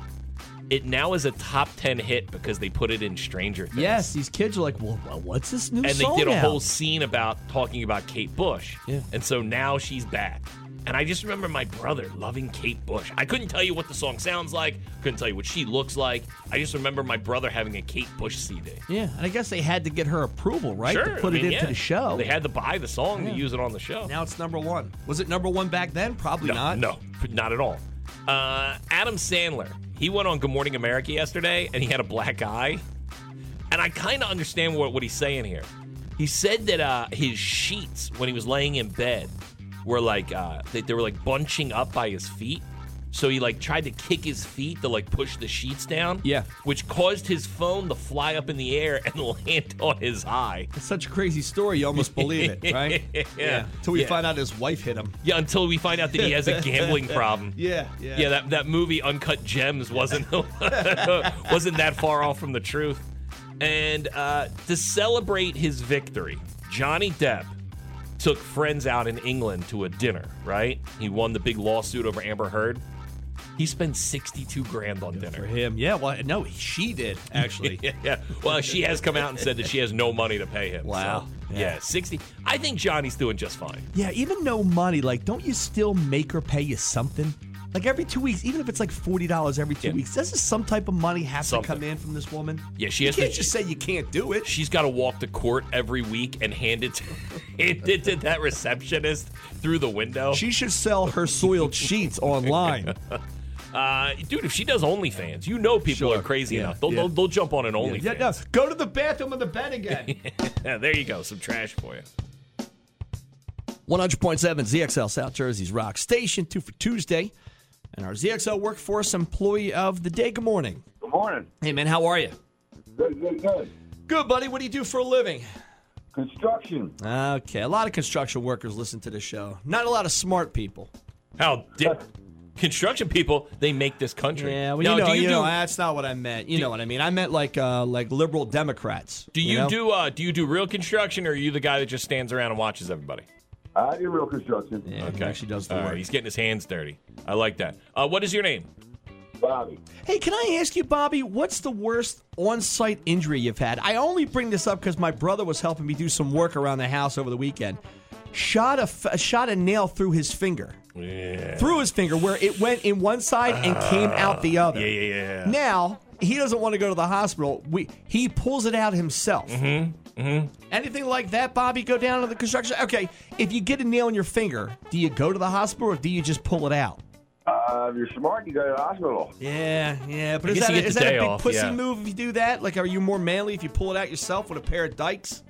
B: It now is a top 10 hit because they put it in Stranger Things.
A: Yes, these kids are like, well, well, what's this new
B: and they
A: song
B: did a
A: now?
B: whole scene about talking about Kate Bush.
A: Yeah.
B: And so now she's back. And I just remember my brother loving Kate Bush. I couldn't tell you what the song sounds like, couldn't tell you what she looks like. I just remember my brother having a Kate Bush CD.
A: Yeah, and I guess they had to get her approval, right?
B: Sure.
A: To put
B: I mean,
A: it into
B: yeah.
A: the show.
B: They had to buy the song to use it on the show.
A: now it's number one. Was it number one back then? Probably
B: no,
A: not.
B: No, not at all. Uh, Adam Sandler, he went on Good Morning America yesterday and he had a black eye. And I kind of understand what, what he's saying here. He said that uh, his sheets, when he was laying in bed, were like, uh, they, they were like bunching up by his feet. So he like tried to kick his feet to like push the sheets down.
A: Yeah.
B: Which caused his phone to fly up in the air and land on his eye.
A: It's such a crazy story, you almost believe it, right?
B: Yeah.
A: Till we
B: Yeah.
A: find out his wife hit him.
B: Yeah, until we find out that he has a gambling problem.
A: Yeah, yeah.
B: Yeah, that, that movie Uncut Gems wasn't wasn't that far off from the truth. And uh, to celebrate his victory, Johnny Depp took friends out in England to a dinner, right? He won the big lawsuit over Amber Heard. He spent 62 grand on
A: for
B: dinner.
A: him. Yeah, well, no, she did actually.
B: Yeah. Well, she has come out and said that she has no money to pay him.
A: Wow.
B: So,
A: Yeah.
B: yeah. 60. I think Johnny's doing just fine.
A: Yeah, even no money, like, don't you still make her pay you something? Like every two weeks, even if it's like forty dollars every two
B: Yeah.
A: weeks, doesn't some type of money have
B: Something.
A: to come in from this woman?
B: Yeah, she
A: you
B: has
A: can't
B: to-
A: just say you can't do it.
B: She's got to walk to court every week and hand it to, hand it to that receptionist through the window.
A: She should sell her soiled sheets online.
B: Uh, dude, if she does OnlyFans, you know people
A: Sure.
B: are crazy
A: Yeah,
B: enough. They'll,
A: yeah.
B: they'll, they'll jump on an OnlyFans.
A: yeah, no, go to the bathroom on the bed again.
B: Yeah, there you go. Some trash for you.
A: One hundred point seven ZXL South Jersey's Rock Station. Two for Tuesday, and our ZXL Workforce Employee of the Day. Good morning.
F: Good morning.
A: Hey man, how are you?
F: Good, good, good.
A: Good buddy. What do you do for a living?
F: Construction.
A: Okay, a lot of construction workers listen to the show. Not a lot of smart people.
B: How dare construction people? They make this country.
A: Uh, Yeah, well,
B: Now,
A: you know,
B: do you,
A: you
B: do,
A: know, that's not what I meant. You know what I mean? I meant like uh, like liberal Democrats.
B: do you,
A: know?
B: do uh, do you do real construction, or are you the guy that just stands around and watches everybody?
F: I do real construction.
A: Yeah, he actually does the
B: All
A: work.
B: right, he's getting his hands dirty. I like that. Uh, what is your name?
F: Bobby.
A: Hey, can I ask you, Bobby, what's the worst on-site injury you've had? I only bring this up because my brother was helping me do some work around the house over the weekend. Shot a f- shot a nail through his finger. Through his finger, where it went in one side and came out the other.
B: Ah. yeah, yeah, yeah.
A: Now he doesn't want to go to the hospital. We he pulls it out himself. Mm-hmm. Mm-hmm. Anything like that, Bobby? Go down to the construction. Okay, if you get a nail in your finger, do you go to the hospital or do you just pull it out?
F: Uh, if you're smart, you go to the hospital.
A: Yeah, yeah, but is
B: guess
A: that,
B: you
A: a,
B: get
A: is
B: the
A: that a
B: day
A: big
B: off,
A: pussy
B: yeah.
A: move if you do that? Like, are you more manly if you pull it out yourself with a pair of dikes?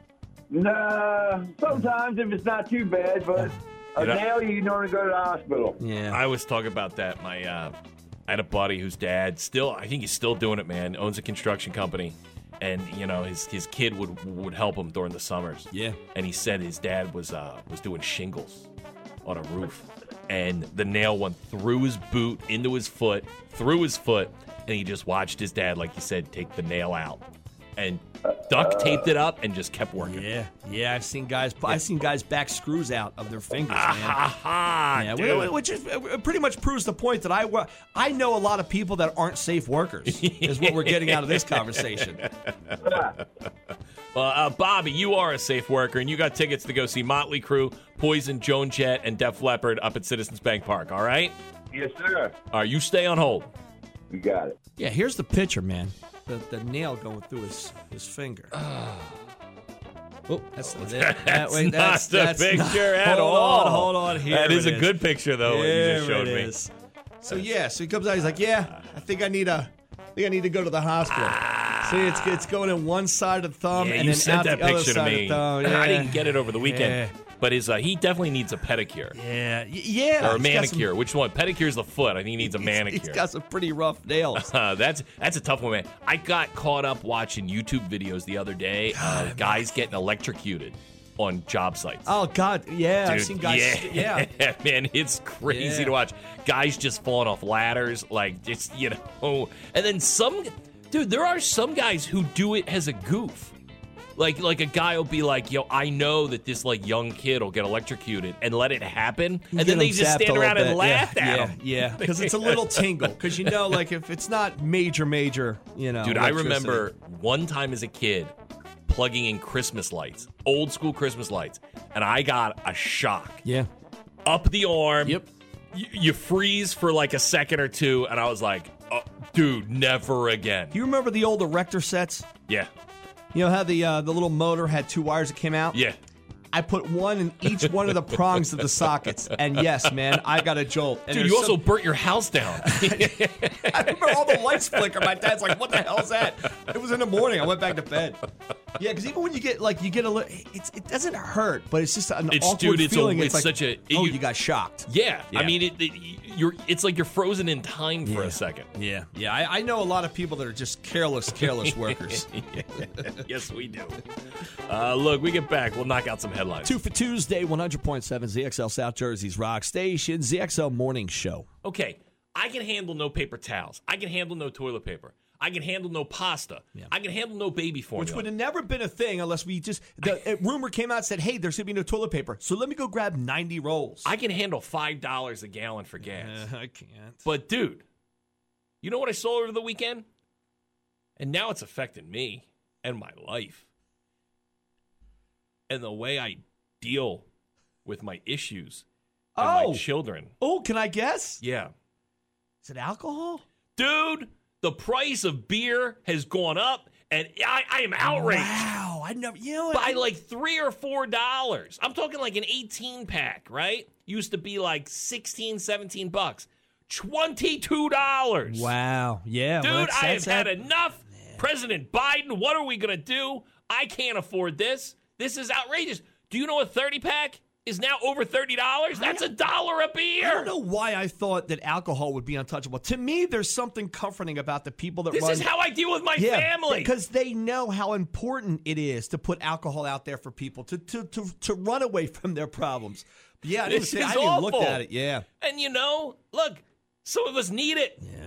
F: Nah, sometimes if it's not too bad, but a
B: Did I-
F: nail, you normally go to the hospital.
A: Yeah.
B: I was talking about that. My, uh, I had a buddy whose dad still, I think he's still doing it, man. Owns a construction company, and you know his his kid would would help him during the summers.
A: Yeah.
B: and he said his dad was uh, was doing shingles on a roof, and the nail went through his boot, into his foot, through his foot, and he just watched his dad, like you said, take the nail out and duct taped it up and just kept working.
A: Yeah, yeah. I've seen guys. I've seen guys back screws out of their fingers, man.
B: Ha ha!
A: Yeah,
B: Ah, dude.
A: wh- wh- which is, uh, pretty much proves the point that I wo- I know a lot of people that aren't safe workers. is what we're getting out of this conversation.
B: Well, uh, Bobby, you are a safe worker, and you got tickets to go see Motley Crue, Poison, Joan Jett, and Def Leppard up at Citizens Bank Park. All right,
F: Yes, sir.
B: all right, you stay on hold.
F: You got it.
A: Yeah, here's the picture, man. The, the nail going through his his finger. Oh, that's, not it. That-
B: Ah. That's
A: wait,
B: not
A: that's-
B: the
A: that's not-
B: picture at
A: hold
B: all.
A: On, hold on, here
B: that is
A: it
B: a good picture though. what
A: Here
B: Oh, you just showed
A: it
B: me.
A: is. So yeah, so he comes out. He's like, "Yeah, I think I need a, I think I need to go to the hospital." See, it's it's going in one side of the thumb
B: Ah. Yeah,
A: and
B: you
A: then
B: sent
A: out
B: that
A: the other
B: picture to
A: side
B: me.
A: of the thumb.
B: I
A: Yeah.
B: didn't get it over the weekend,
A: Yeah.
B: but his uh, he definitely needs a pedicure
A: Yeah, y- yeah.
B: or a
A: he's got some-
B: manicure. Which one? Pedicure's the foot. I think he needs a manicure.
A: He's got some pretty rough nails.
B: Uh, that's that's a tough one, man. I got caught up watching YouTube videos the other day of guys getting electrocuted on job sites.
A: oh God, yeah. I've
B: Dude,
A: seen guys.
B: Yeah, man, it's crazy
A: Yeah.
B: to watch. Guys just falling off ladders, like just you know. And then some, dude, there are some guys who do it as a goof. Like, like a guy will be like, "Yo, I know that this like young kid will get electrocuted," and let it happen, and then they just stand around and laugh at
A: yeah,
B: him.
A: Yeah, because it's a little tingle. Because you know, like if it's not major, major, you know.
B: Dude, I
A: electricity.
B: remember one time as a kid plugging in Christmas lights, old school Christmas lights, and I got a shock.
A: Yeah.
B: Up the arm.
A: Yep.
B: Y- you freeze for like a second or two, and I was like, oh, dude, never again.
A: Do you remember the old erector sets?
B: yeah.
A: You know how the uh, the little motor had two wires that came out?
B: Yeah.
A: I put one in each one of the prongs of the sockets, and yes, man, I got a jolt. And
B: Dude,
A: there's
B: you also
A: some-
B: burnt your house down.
A: I remember all the lights flicker. My dad's like, "What the hell's that?" It was in the morning. I went back to bed. Yeah, because even when you get like you get a little, it's, it doesn't hurt, but it's just an
B: It's-
A: awkward
B: dude, it's a-
A: feeling.
B: it's
A: like,
B: such a-
A: oh,
B: you-
A: you got shocked.
B: yeah.
A: Yeah.
B: I mean, it, it, you're, it's like you're frozen in time for
A: Yeah.
B: a second.
A: Yeah, yeah. I, I know a lot of people that are just careless, careless workers.
B: yes, we do. Uh, look, we get back. We'll knock out some headlines.
A: Two for Tuesday, 100.7 ZXL South Jersey's Rock Station, ZXL Morning Show.
B: okay, I can handle no paper towels. I can handle no toilet paper. I can handle no pasta. I can handle no baby formula.
A: Which would have never been a thing unless we just the a rumor came out said, "Hey, there's gonna be no toilet paper, so let me go grab 90 rolls."
B: I can handle five dollars a gallon for gas.
A: Uh, I can't.
B: But dude, you know what I saw over the weekend? And now it's affecting me and my life. And the way I deal with my issues and
A: Oh.
B: my children.
A: Oh, can I guess?
B: Yeah.
A: Is it alcohol?
B: Dude, the price of beer has gone up and I, I am outraged
A: Wow, I never. You know, what?
B: by like three or four dollars. I'm talking like an 18 pack, right? Used to be like 16, 17 bucks. $22.
A: wow, yeah,
B: Dude,
A: well, that's-
B: I have
A: that's-
B: had enough. President Biden, what are we going to do? I can't afford this. This is outrageous. Do you know a 30 pack is now over $30? That's a dollar a beer.
A: I don't know why I thought that alcohol would be untouchable. To me, there's something comforting about the people that
B: This
A: run.
B: is how I deal with my
A: yeah,
B: family.
A: because they know how important it is to put alcohol out there for people to to to, to run away from their problems. Yeah, I didn't,
B: This
A: say- I
B: is
A: didn't even look
B: awful.
A: at it. Yeah,
B: and you know, look, some of us need it.
A: yeah.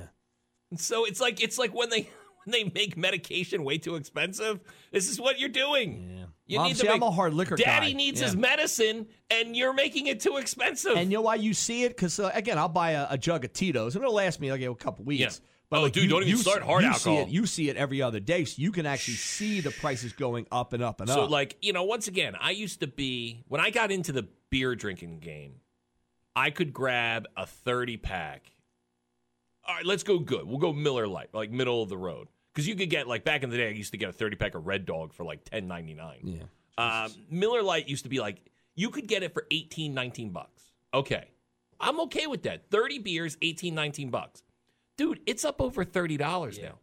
B: And so it's like it's like when they when they make medication way too expensive. This is what you're doing. Yeah. You
A: Mom, see, I'm a hard liquor
B: Daddy
A: guy.
B: needs
A: Yeah.
B: his medicine, and you're making it too expensive.
A: And you know why you see it? Because uh, again, I'll buy a, a jug of Tito's, and it'll last me like a couple weeks.
B: Yeah. Oh, dude, don't even start
A: see-
B: hard
A: you
B: alcohol.
A: See it, you see it every other day, so you can actually see the prices going up and up and
B: So,
A: up.
B: like, you know, once again, I used to be, when I got into the beer drinking game, I could grab a 30 pack. All right, let's go good. We'll go Miller Lite, like middle of the road. Because you could get, like, back in the day, I used to get a 30 pack of Red Dog for like ten ninety nine.
A: yeah,
B: Um, Miller Lite used to be like you could get it for 18, 19 bucks. Okay. I'm okay with that. 30 beers, 18, 19 bucks. Dude, it's up over $30 now.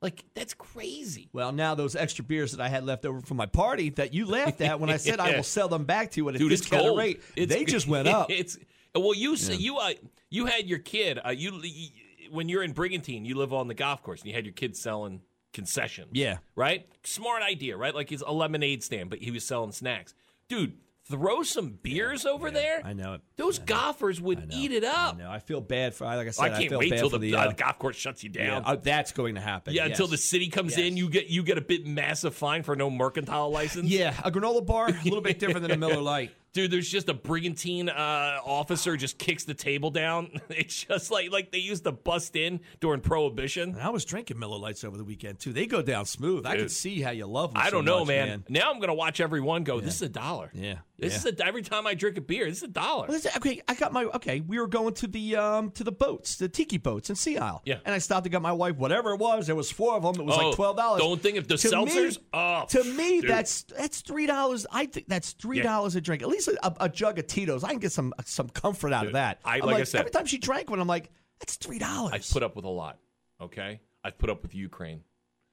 B: Like that's crazy.
A: Well, now those extra beers that I had left over from my party that you laughed at when I said I
B: Yeah.
A: will sell them back to you at a
B: Dude, it's
A: discounted
B: cold.
A: rate,
B: It's-
A: they just went up.
B: It's well, you s you uh, you had your kid. Uh, you, you when you're in Brigantine, you live on the golf course, and you had your kid selling concessions.
A: Yeah.
B: right. Smart idea, right? Like he's a lemonade stand, but he was selling snacks. Dude, throw some beers over there.
A: I know it.
B: Those golfers would eat it up.
A: I know. I feel bad for. Like I said,
B: I can't
A: feel
B: wait
A: bad
B: till
A: for
B: the,
A: the.
B: uh,
A: uh,
B: the golf course shuts you
A: yeah,
B: down.
A: uh, that's going to happen.
B: yeah, until
A: yes.
B: the city comes
A: Yes.
B: in, you get you get a bit massive fine for no mercantile license.
A: Yeah, a granola bar, a little bit different than a Miller Lite.
B: Dude, there's just a brigantine uh, officer just kicks the table down. It's just like like they used to bust in during Prohibition.
A: And I was drinking Miller Lights over the weekend too. They go down smooth. I can
B: Dude.
A: see how you love them.
B: I
A: so
B: don't know,
A: much,
B: man. Now I'm gonna watch everyone go. This is a dollar.
A: Yeah,
B: This
A: yeah.
B: is a, every time I drink a beer. This is a dollar.
A: Well, this- okay, I got my okay. We were going to the um to the boats, the tiki boats in Sea Isle.
B: Yeah.
A: and I stopped and got my wife whatever it was. There was four of them. It was
B: Oh,
A: like twelve dollars.
B: don't think of the
A: To
B: seltzers?
A: Me,
B: Oh,
A: to me,
B: dude.
A: that's that's three dollars. I think that's three dollars a drink. At least a, a jug of Tito's. I can get some some comfort out of
B: Dude,
A: that.
B: I-
A: I'm
B: like I said-
A: every time she drank one, I'm like, that's three dollars.
B: I've put up with a lot. Okay, I've put up with Ukraine.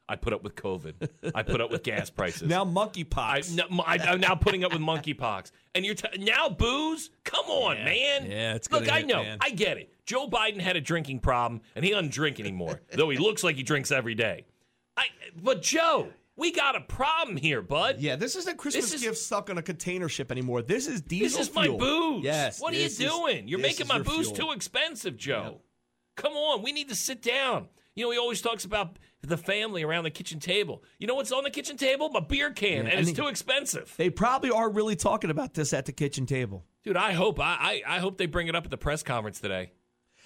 B: I put up with COVID. I put up with gas prices.
A: now monkeypox.
B: I, no, I, I'm now putting up with monkeypox, and you're t- now booze. Come on, man.
A: yeah, it's
B: look.
A: gonna
B: I
A: hit,
B: know.
A: man.
B: I get it. Joe Biden had a drinking problem, and he doesn't drink anymore, though he looks like he drinks every day. I, but Joe, we got a problem here, bud.
A: Yeah, this isn't Christmas
B: This is-
A: gift stuck on a container ship anymore. This is
B: This
A: diesel.
B: is my
A: fuel.
B: booze.
A: Yes.
B: What are you
A: this is-
B: doing? You're
A: this
B: making
A: is
B: my
A: your
B: booze
A: fuel.
B: too expensive, Joe. Come on, we need to sit down. You know, he always talks about the family around the kitchen table. You know what's on the kitchen table? My beer can, and
A: I
B: it's
A: think-
B: too expensive.
A: They probably are really talking about this at the kitchen table.
B: Dude, I hope I, I I hope they bring it up at the press conference today.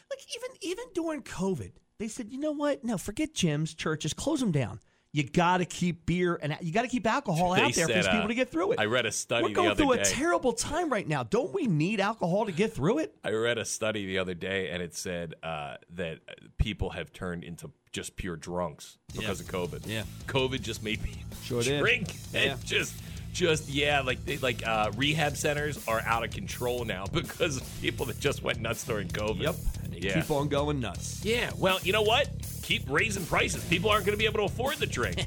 A: Like even even during COVID, they said, you know what? No, forget gyms, churches, close them down. You got to keep beer and you got to keep alcohol
B: They
A: out there for
B: said,
A: these people
B: uh,
A: to get through it.
B: I read a study
A: We're
B: the
A: going
B: other
A: through
B: day.
A: a terrible time right now. Don't we need alcohol to get through it?
B: I read a study the other day, and it said uh, that people have turned into just pure drunks because of COVID.
A: Yeah.
B: COVID just made people
A: Sure did.
B: drink
A: Yeah.
B: and just, just yeah, like they, like uh, rehab centers are out of control now because of people that just went nuts during COVID.
A: And they
B: yeah.
A: keep on going nuts.
B: Yeah, well, you know what? Keep raising prices. People aren't going to be able to afford the drink.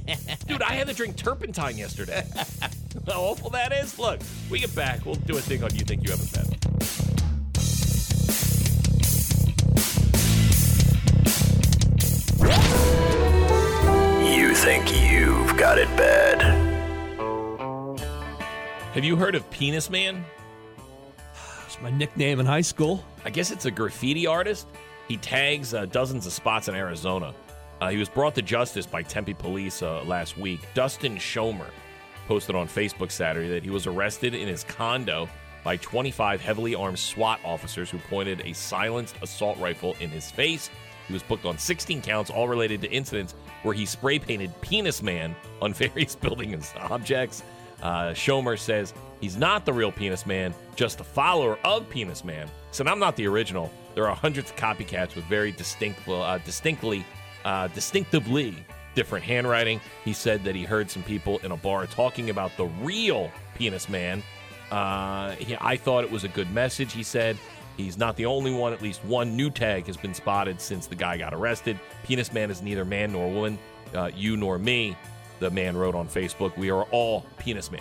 B: Dude, I had to drink turpentine yesterday. How awful that is. Look, we get back. We'll do a thing on You Think You Haven't Been.
G: You think you've got it bad.
B: Have you heard of Penis Man?
A: That's my nickname in high school.
B: I guess it's a graffiti artist. He tags uh, dozens of spots in Arizona Uh, he was brought to justice by Tempe police uh, last week. Dustin Schomer posted on Facebook Saturday that he was arrested in his condo by 25 heavily armed SWAT officers who pointed a silenced assault rifle in his face. He was booked on 16 counts, all related to incidents where he spray painted Penis Man on various buildings and objects. Uh, Schomer says he's not the real Penis Man, just a follower of Penis Man. So I'm not the original. There are hundreds of copycats with very distinct, uh, distinctly, uh, distinctively different handwriting. He said that he heard some people in a bar talking about the real Penis Man. Uh, he, I thought it was a good message. He said he's not the only one. At least one new tag has been spotted since the guy got arrested. Penis Man is neither man nor woman, uh, you nor me. The man wrote on Facebook, "We are all Penis Man."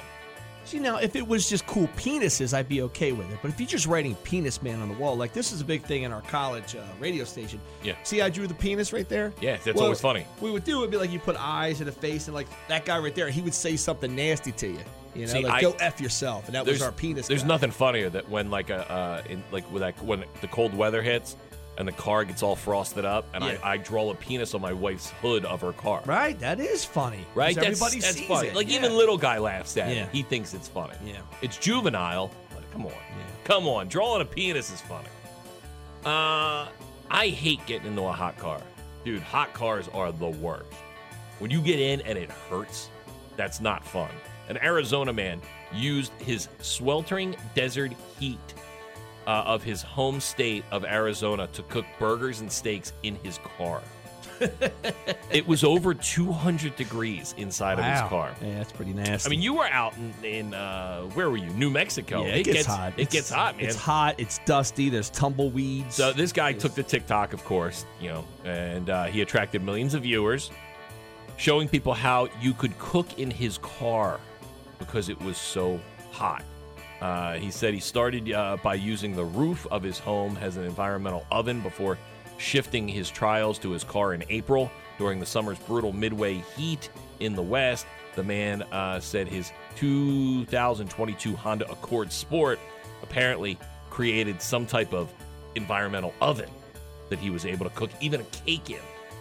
A: See, now, if it was just cool penises, I'd be okay with it. But if you're just writing penis man on the wall, like this is a big thing in our college uh, radio station.
B: Yeah.
A: See, I drew the penis right there?
B: Yeah, that's always funny.
A: We would do it, would be like you put eyes and a face, and like that guy right there, he would say something nasty to you. You know,
B: See,
A: like
B: I-
A: go F yourself. And that was our penis.
B: There's
A: guy.
B: nothing funnier that when like a uh, in, like when, that, when the cold weather hits and the car gets all frosted up, and
A: Yeah.
B: I, I draw a penis on my wife's hood of her car.
A: Right? That is funny. 'cause
B: Right? That's,
A: Everybody
B: that's
A: sees
B: funny.
A: it.
B: Like
A: yeah.
B: even little guy laughs at
A: Yeah.
B: it. He thinks it's funny.
A: Yeah.
B: It's juvenile. But come on. Come on. Drawing a penis is funny. Uh, I hate getting into a hot car. Dude, hot cars are the worst. When you get in and it hurts, that's not fun. An Arizona man used his sweltering desert heat uh, of his home state of Arizona to cook burgers and steaks in his car. it was over 200 degrees inside of
A: Wow.
B: his car.
A: Yeah, that's pretty nasty.
B: I mean, you were out in, in uh, where were you? New Mexico.
A: Yeah, it, gets, hot.
B: It
A: It's-
B: gets hot, man.
A: It's hot. It's dusty. There's tumbleweeds.
B: So this guy took the TikTok, of course, you know, and uh, he attracted millions of viewers, showing people how you could cook in his car because it was so hot. Uh, he said he started uh, by using the roof of his home as an environmental oven before shifting his trials to his car in April during the summer's brutal midway heat in the West. The man uh, said his 2022 Honda Accord Sport apparently created some type of environmental oven that he was able to cook even a cake in.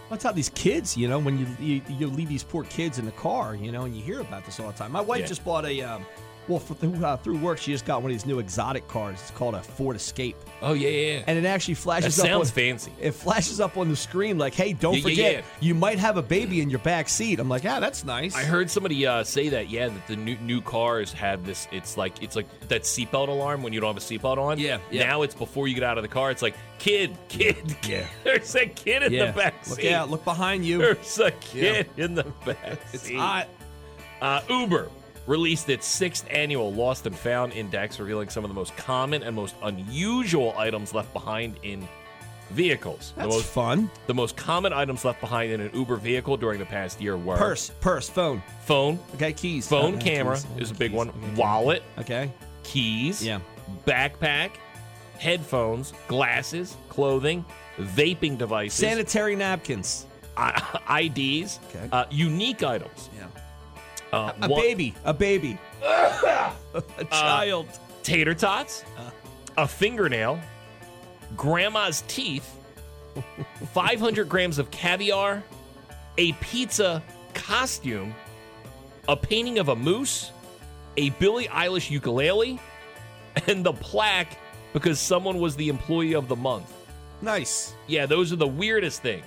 A: That's how these kids, you know, when you, you you leave these poor kids in the car, you know, and you hear about this all the time. My wife
B: Yeah.
A: just bought a, um, well, for, uh, through work, she just got one of these new exotic cars. It's called a Ford Escape,
B: Oh yeah, yeah.
A: and it actually
B: That
A: flashes.
B: sounds
A: up on,
B: fancy.
A: It flashes up on the screen like, "Hey, don't
B: Yeah, yeah,
A: forget,
B: yeah.
A: you might have a baby in your back seat." I'm like, "Yeah, that's nice."
B: I heard somebody uh, say that yeah, that the new new cars have this. It's like it's like that seatbelt alarm when you don't have a seatbelt on.
A: Yeah, yeah.
B: Now it's before you get out of the car. It's like kid, kid, kid.
A: Yeah.
B: There's a kid in
A: yeah.
B: the back
A: look
B: seat.
A: out! Look behind you.
B: There's a kid in the back
A: It's
B: seat.
A: hot.
B: Uh, Uber released its sixth annual Lost and Found Index, revealing some of the most common and most unusual items left behind in vehicles.
A: That's
B: the most
A: fun.
B: The most common items left behind in an Uber vehicle during the past year were
A: Purse, purse, phone.
B: phone,
A: Okay, keys.
B: phone
A: Oh, yeah,
B: camera
A: keys.
B: is a big
A: Keys.
B: one,
A: Okay.
B: wallet,
A: Okay.
B: keys,
A: Yeah.
B: backpack, headphones, glasses, clothing, vaping devices,
A: Sanitary napkins.
B: I- IDs,
A: Okay.
B: uh, unique items.
A: Yeah.
B: Uh,
A: A
B: one-
A: baby. A baby. a child.
B: Uh, tater tots, a fingernail, grandma's teeth, 500 grams of caviar, a pizza costume, a painting of a moose, a Billie Eilish ukulele, and the plaque because someone was the employee of the month.
A: nice.
B: Yeah, those are the weirdest things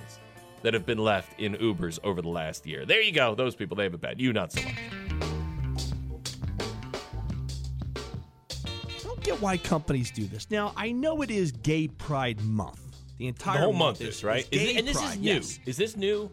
B: that have been left in Ubers over the last year. There you go. Those people, they have it bad. You, not so much.
A: I don't get why companies do this. Now, I know it is Gay Pride Month. The entire
B: The whole month
A: is
B: is, right?
A: Is
B: Is
A: gay
B: it- and this
A: pride,
B: is new.
A: yes.
B: Is this new?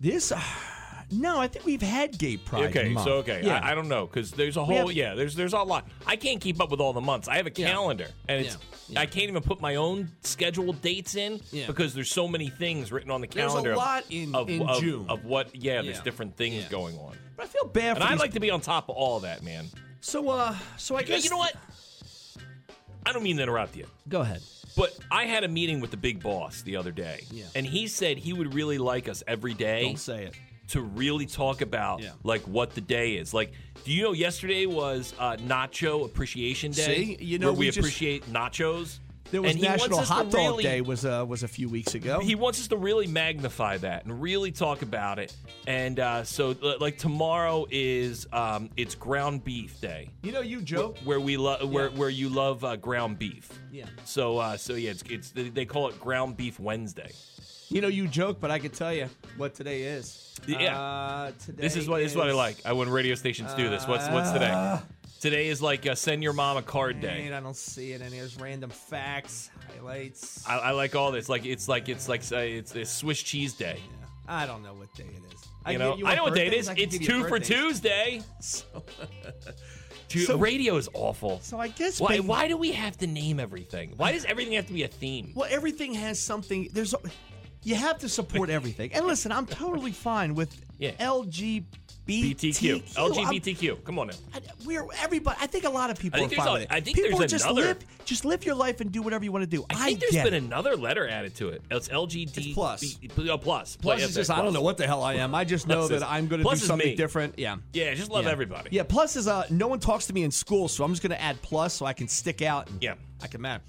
A: This, ah, no, I think we've had Gay Pride
B: okay,
A: Month.
B: so okay,
A: Yeah.
B: I, I don't know because there's a
A: We
B: whole
A: have-
B: yeah. There's there's a lot. I can't keep up with all the months. I have a
A: Yeah.
B: calendar, and it's
A: Yeah.
B: I can't even put my own scheduled dates in
A: Yeah.
B: because there's so many things written on the
A: There's a
B: calendar. of-
A: lot in-
B: of,
A: in
B: of-
A: June.
B: of what? Yeah, there's
A: Yeah.
B: different things
A: Yeah.
B: going on,
A: but I feel bad
B: and
A: for
B: I'd
A: these.
B: like to be on top of all that, man.
A: so, uh, so I
B: Yeah,
A: guess
B: you know what? I don't mean to interrupt you.
A: Go ahead.
B: But I had a meeting with the big boss the other day,
A: Yeah.
B: and he said he would really like us every day
A: Don't say it.
B: to really talk about
A: Yeah.
B: like what the day is. Like, do you know yesterday was uh, Nacho Appreciation Day?
A: See? You know,
B: where we,
A: we just-
B: appreciate nachos.
A: There was
B: And he wants
A: National
B: us to
A: Hot Dog
B: really-
A: Day was uh, was a few weeks ago.
B: He wants us to really magnify that and really talk about it. And uh, so, li- like tomorrow is um, it's ground beef day.
A: You know, you joke.
B: where we love where
A: Yeah.
B: where you love uh, ground beef.
A: Yeah.
B: So uh, so yeah, it's, it's they they call it ground beef Wednesday.
A: You know, you joke, but I could tell you what today is.
B: Yeah.
A: Uh, today
B: This is what this is what I like. I when radio stations do this. What's what's today? Today is like uh, send your mom a card day.
A: Uh. Man, I don't see it. And there's random facts, highlights.
B: I, I like all this. Like it's like it's like uh, it's, it's Swiss cheese day.
A: I don't know what day it is.
B: You
A: can
B: know,
A: give you
B: I know what day it
A: birthdays,
B: is.
A: I can
B: It's
A: give you
B: two for
A: birthdays.
B: Tuesday. Dude,
A: So-
B: radio is awful.
A: So I guess
B: why,
A: Bing-
B: why do we have to name everything? Why does everything have to be a theme?
A: Well, everything has something. There's, you have to support everything. And listen, I'm totally fine with
B: Yeah.
A: LGBTQ.
B: BTQ,
A: I'm-
B: LGBTQ. Come on now.
A: I, we're everybody. I think a lot of people
B: I think
A: are
B: there's
A: fine
B: a-
A: with it.
B: I think
A: people
B: there's
A: just
B: another-
A: live, just live your life and do whatever you want to do.
B: I think
A: get
B: there's been
A: it.
B: another letter added to it. It's LGBT
A: It's plus.
B: B- oh, plus.
A: Plus,
B: Yeah,
A: it's just
B: plus.
A: I don't know what the hell I am. I just know
B: Plus is-
A: that I'm going to do
B: plus is
A: something
B: me.
A: different. Yeah.
B: Yeah, just love
A: Yeah.
B: everybody.
A: Yeah. Plus is uh, no one talks to me in school, so I'm just going to add plus so I can stick out. And
B: Yeah.
A: I can matter.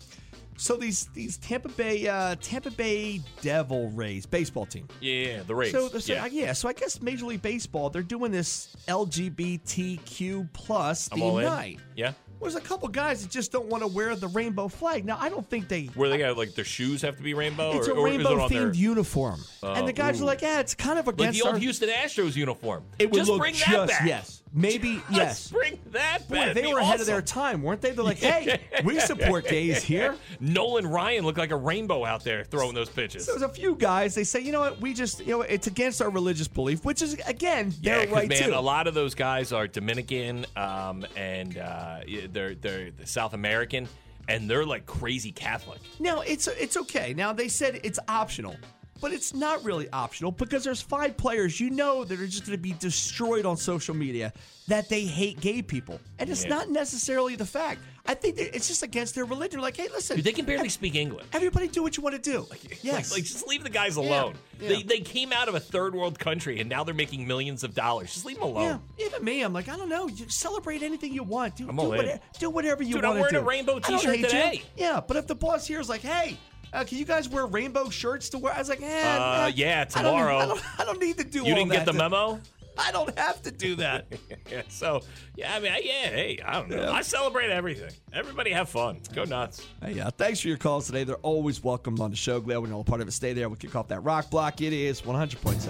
A: So these these Tampa Bay uh, Tampa Bay Devil Rays baseball team.
B: Yeah, the race.
A: So, so
B: yeah.
A: yeah. yeah, so I guess Major League Baseball they're doing this LGBTQ plus
B: I'm all
A: the
B: in.
A: night.
B: Yeah.
A: There's a couple guys that just don't want to wear the rainbow flag. Now I don't think they
B: Where they got like their shoes have to be rainbow
A: it's
B: or,
A: a
B: or is it
A: rainbow
B: on their Oh,
A: themed uniform. and the guys
B: ooh.
A: are like, yeah, it's kind of
B: like
A: against
B: the old
A: our.
B: Houston Astros uniform.
A: it would
B: just
A: look
B: bring that
A: just
B: back.
A: yes, maybe
B: Just
A: yes.
B: bring that
A: Boy,
B: back.
A: they
B: It'd be
A: were ahead of their
B: awesome.
A: time, weren't they? They're like, hey, we support gays here.
B: Nolan Ryan looked like a rainbow out there throwing those pitches.
A: So there's a few guys. They say, you know what? We just, you know, it's against our religious belief, which is again
B: yeah,
A: their
B: 'cause,
A: right
B: man,
A: too.
B: a lot of those guys are Dominican um, and uh, yeah, they're they're South American, and they're like crazy Catholic.
A: Now it's it's okay. Now they said it's optional, but it's not really optional because there's five players you know that are just going to be destroyed on social media that they hate gay people, and it's
B: Yeah.
A: not necessarily the fact. I think that it's just against their religion. Like, hey, listen,
B: Dude, they can barely speak English.
A: everybody do what you want to do. Yes,
B: Like, like, just leave the guys alone.
A: Yeah.
B: They, they came out of a third world country and now they're making millions of dollars. Just leave them
A: yeah.
B: alone.
A: Even me, I'm like, I don't know. You celebrate anything you want. Do,
B: I'm
A: do,
B: all in.
A: whatever, do whatever you
B: Dude, I'm
A: want to do.
B: wearing a rainbow
A: I don't
B: t-shirt
A: hate you.
B: today.
A: Yeah, but if the boss here is like, hey. Uh, can you guys wear rainbow shirts to wear? I was like, eh,
B: Uh,
A: eh,
B: yeah,
A: I don't need-
B: tomorrow.
A: I don't, I don't need to do.
B: You
A: all
B: didn't get
A: that.
B: the memo?
A: I don't have to do that.
B: Yeah, so, yeah, I mean, I- yeah, hey, I don't know. I celebrate everything. Everybody have fun. Go nuts.
A: hey, uh, thanks for your calls today. They're always welcomed on the show. Glad we're all part of it. Stay there. We kick off that rock block. It is 100.7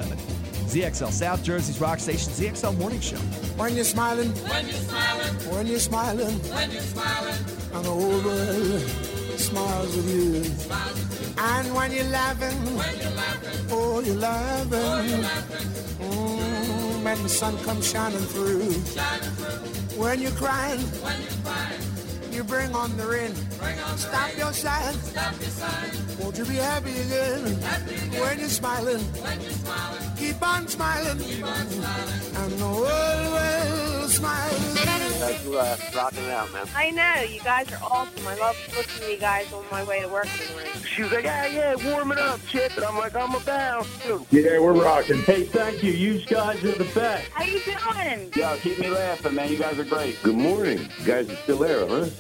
A: ZXL South Jersey's rock station, ZXL Morning Show.
H: When you're smiling, when you're smiling, when you're smiling, when you're smiling, and the whole world smiles with you. And when you're laughing, when you're laughing, oh, you're laughing. Mm, when the sun comes shining through, When you're crying, when you're crying, you bring on the rain. Stop your sighing. Stop your sighing. Won't you be happy again? Happy again. When you're smiling, when you're smiling, keep on smiling. Keep on smiling. And the world will smile.
I: guys were uh, rocking it out, man.
J: I know, you guys are awesome. I love listening to you guys on my way to work in the morning.
I: She was like, yeah, yeah, warm it up, Chip. And I'm like, I'm about to.
F: Yeah, we're rocking. Hey, thank you. You guys are the best.
J: How you doing?
I: Yo, keep me laughing, man. You guys are great.
K: Good morning. You guys are still there, huh?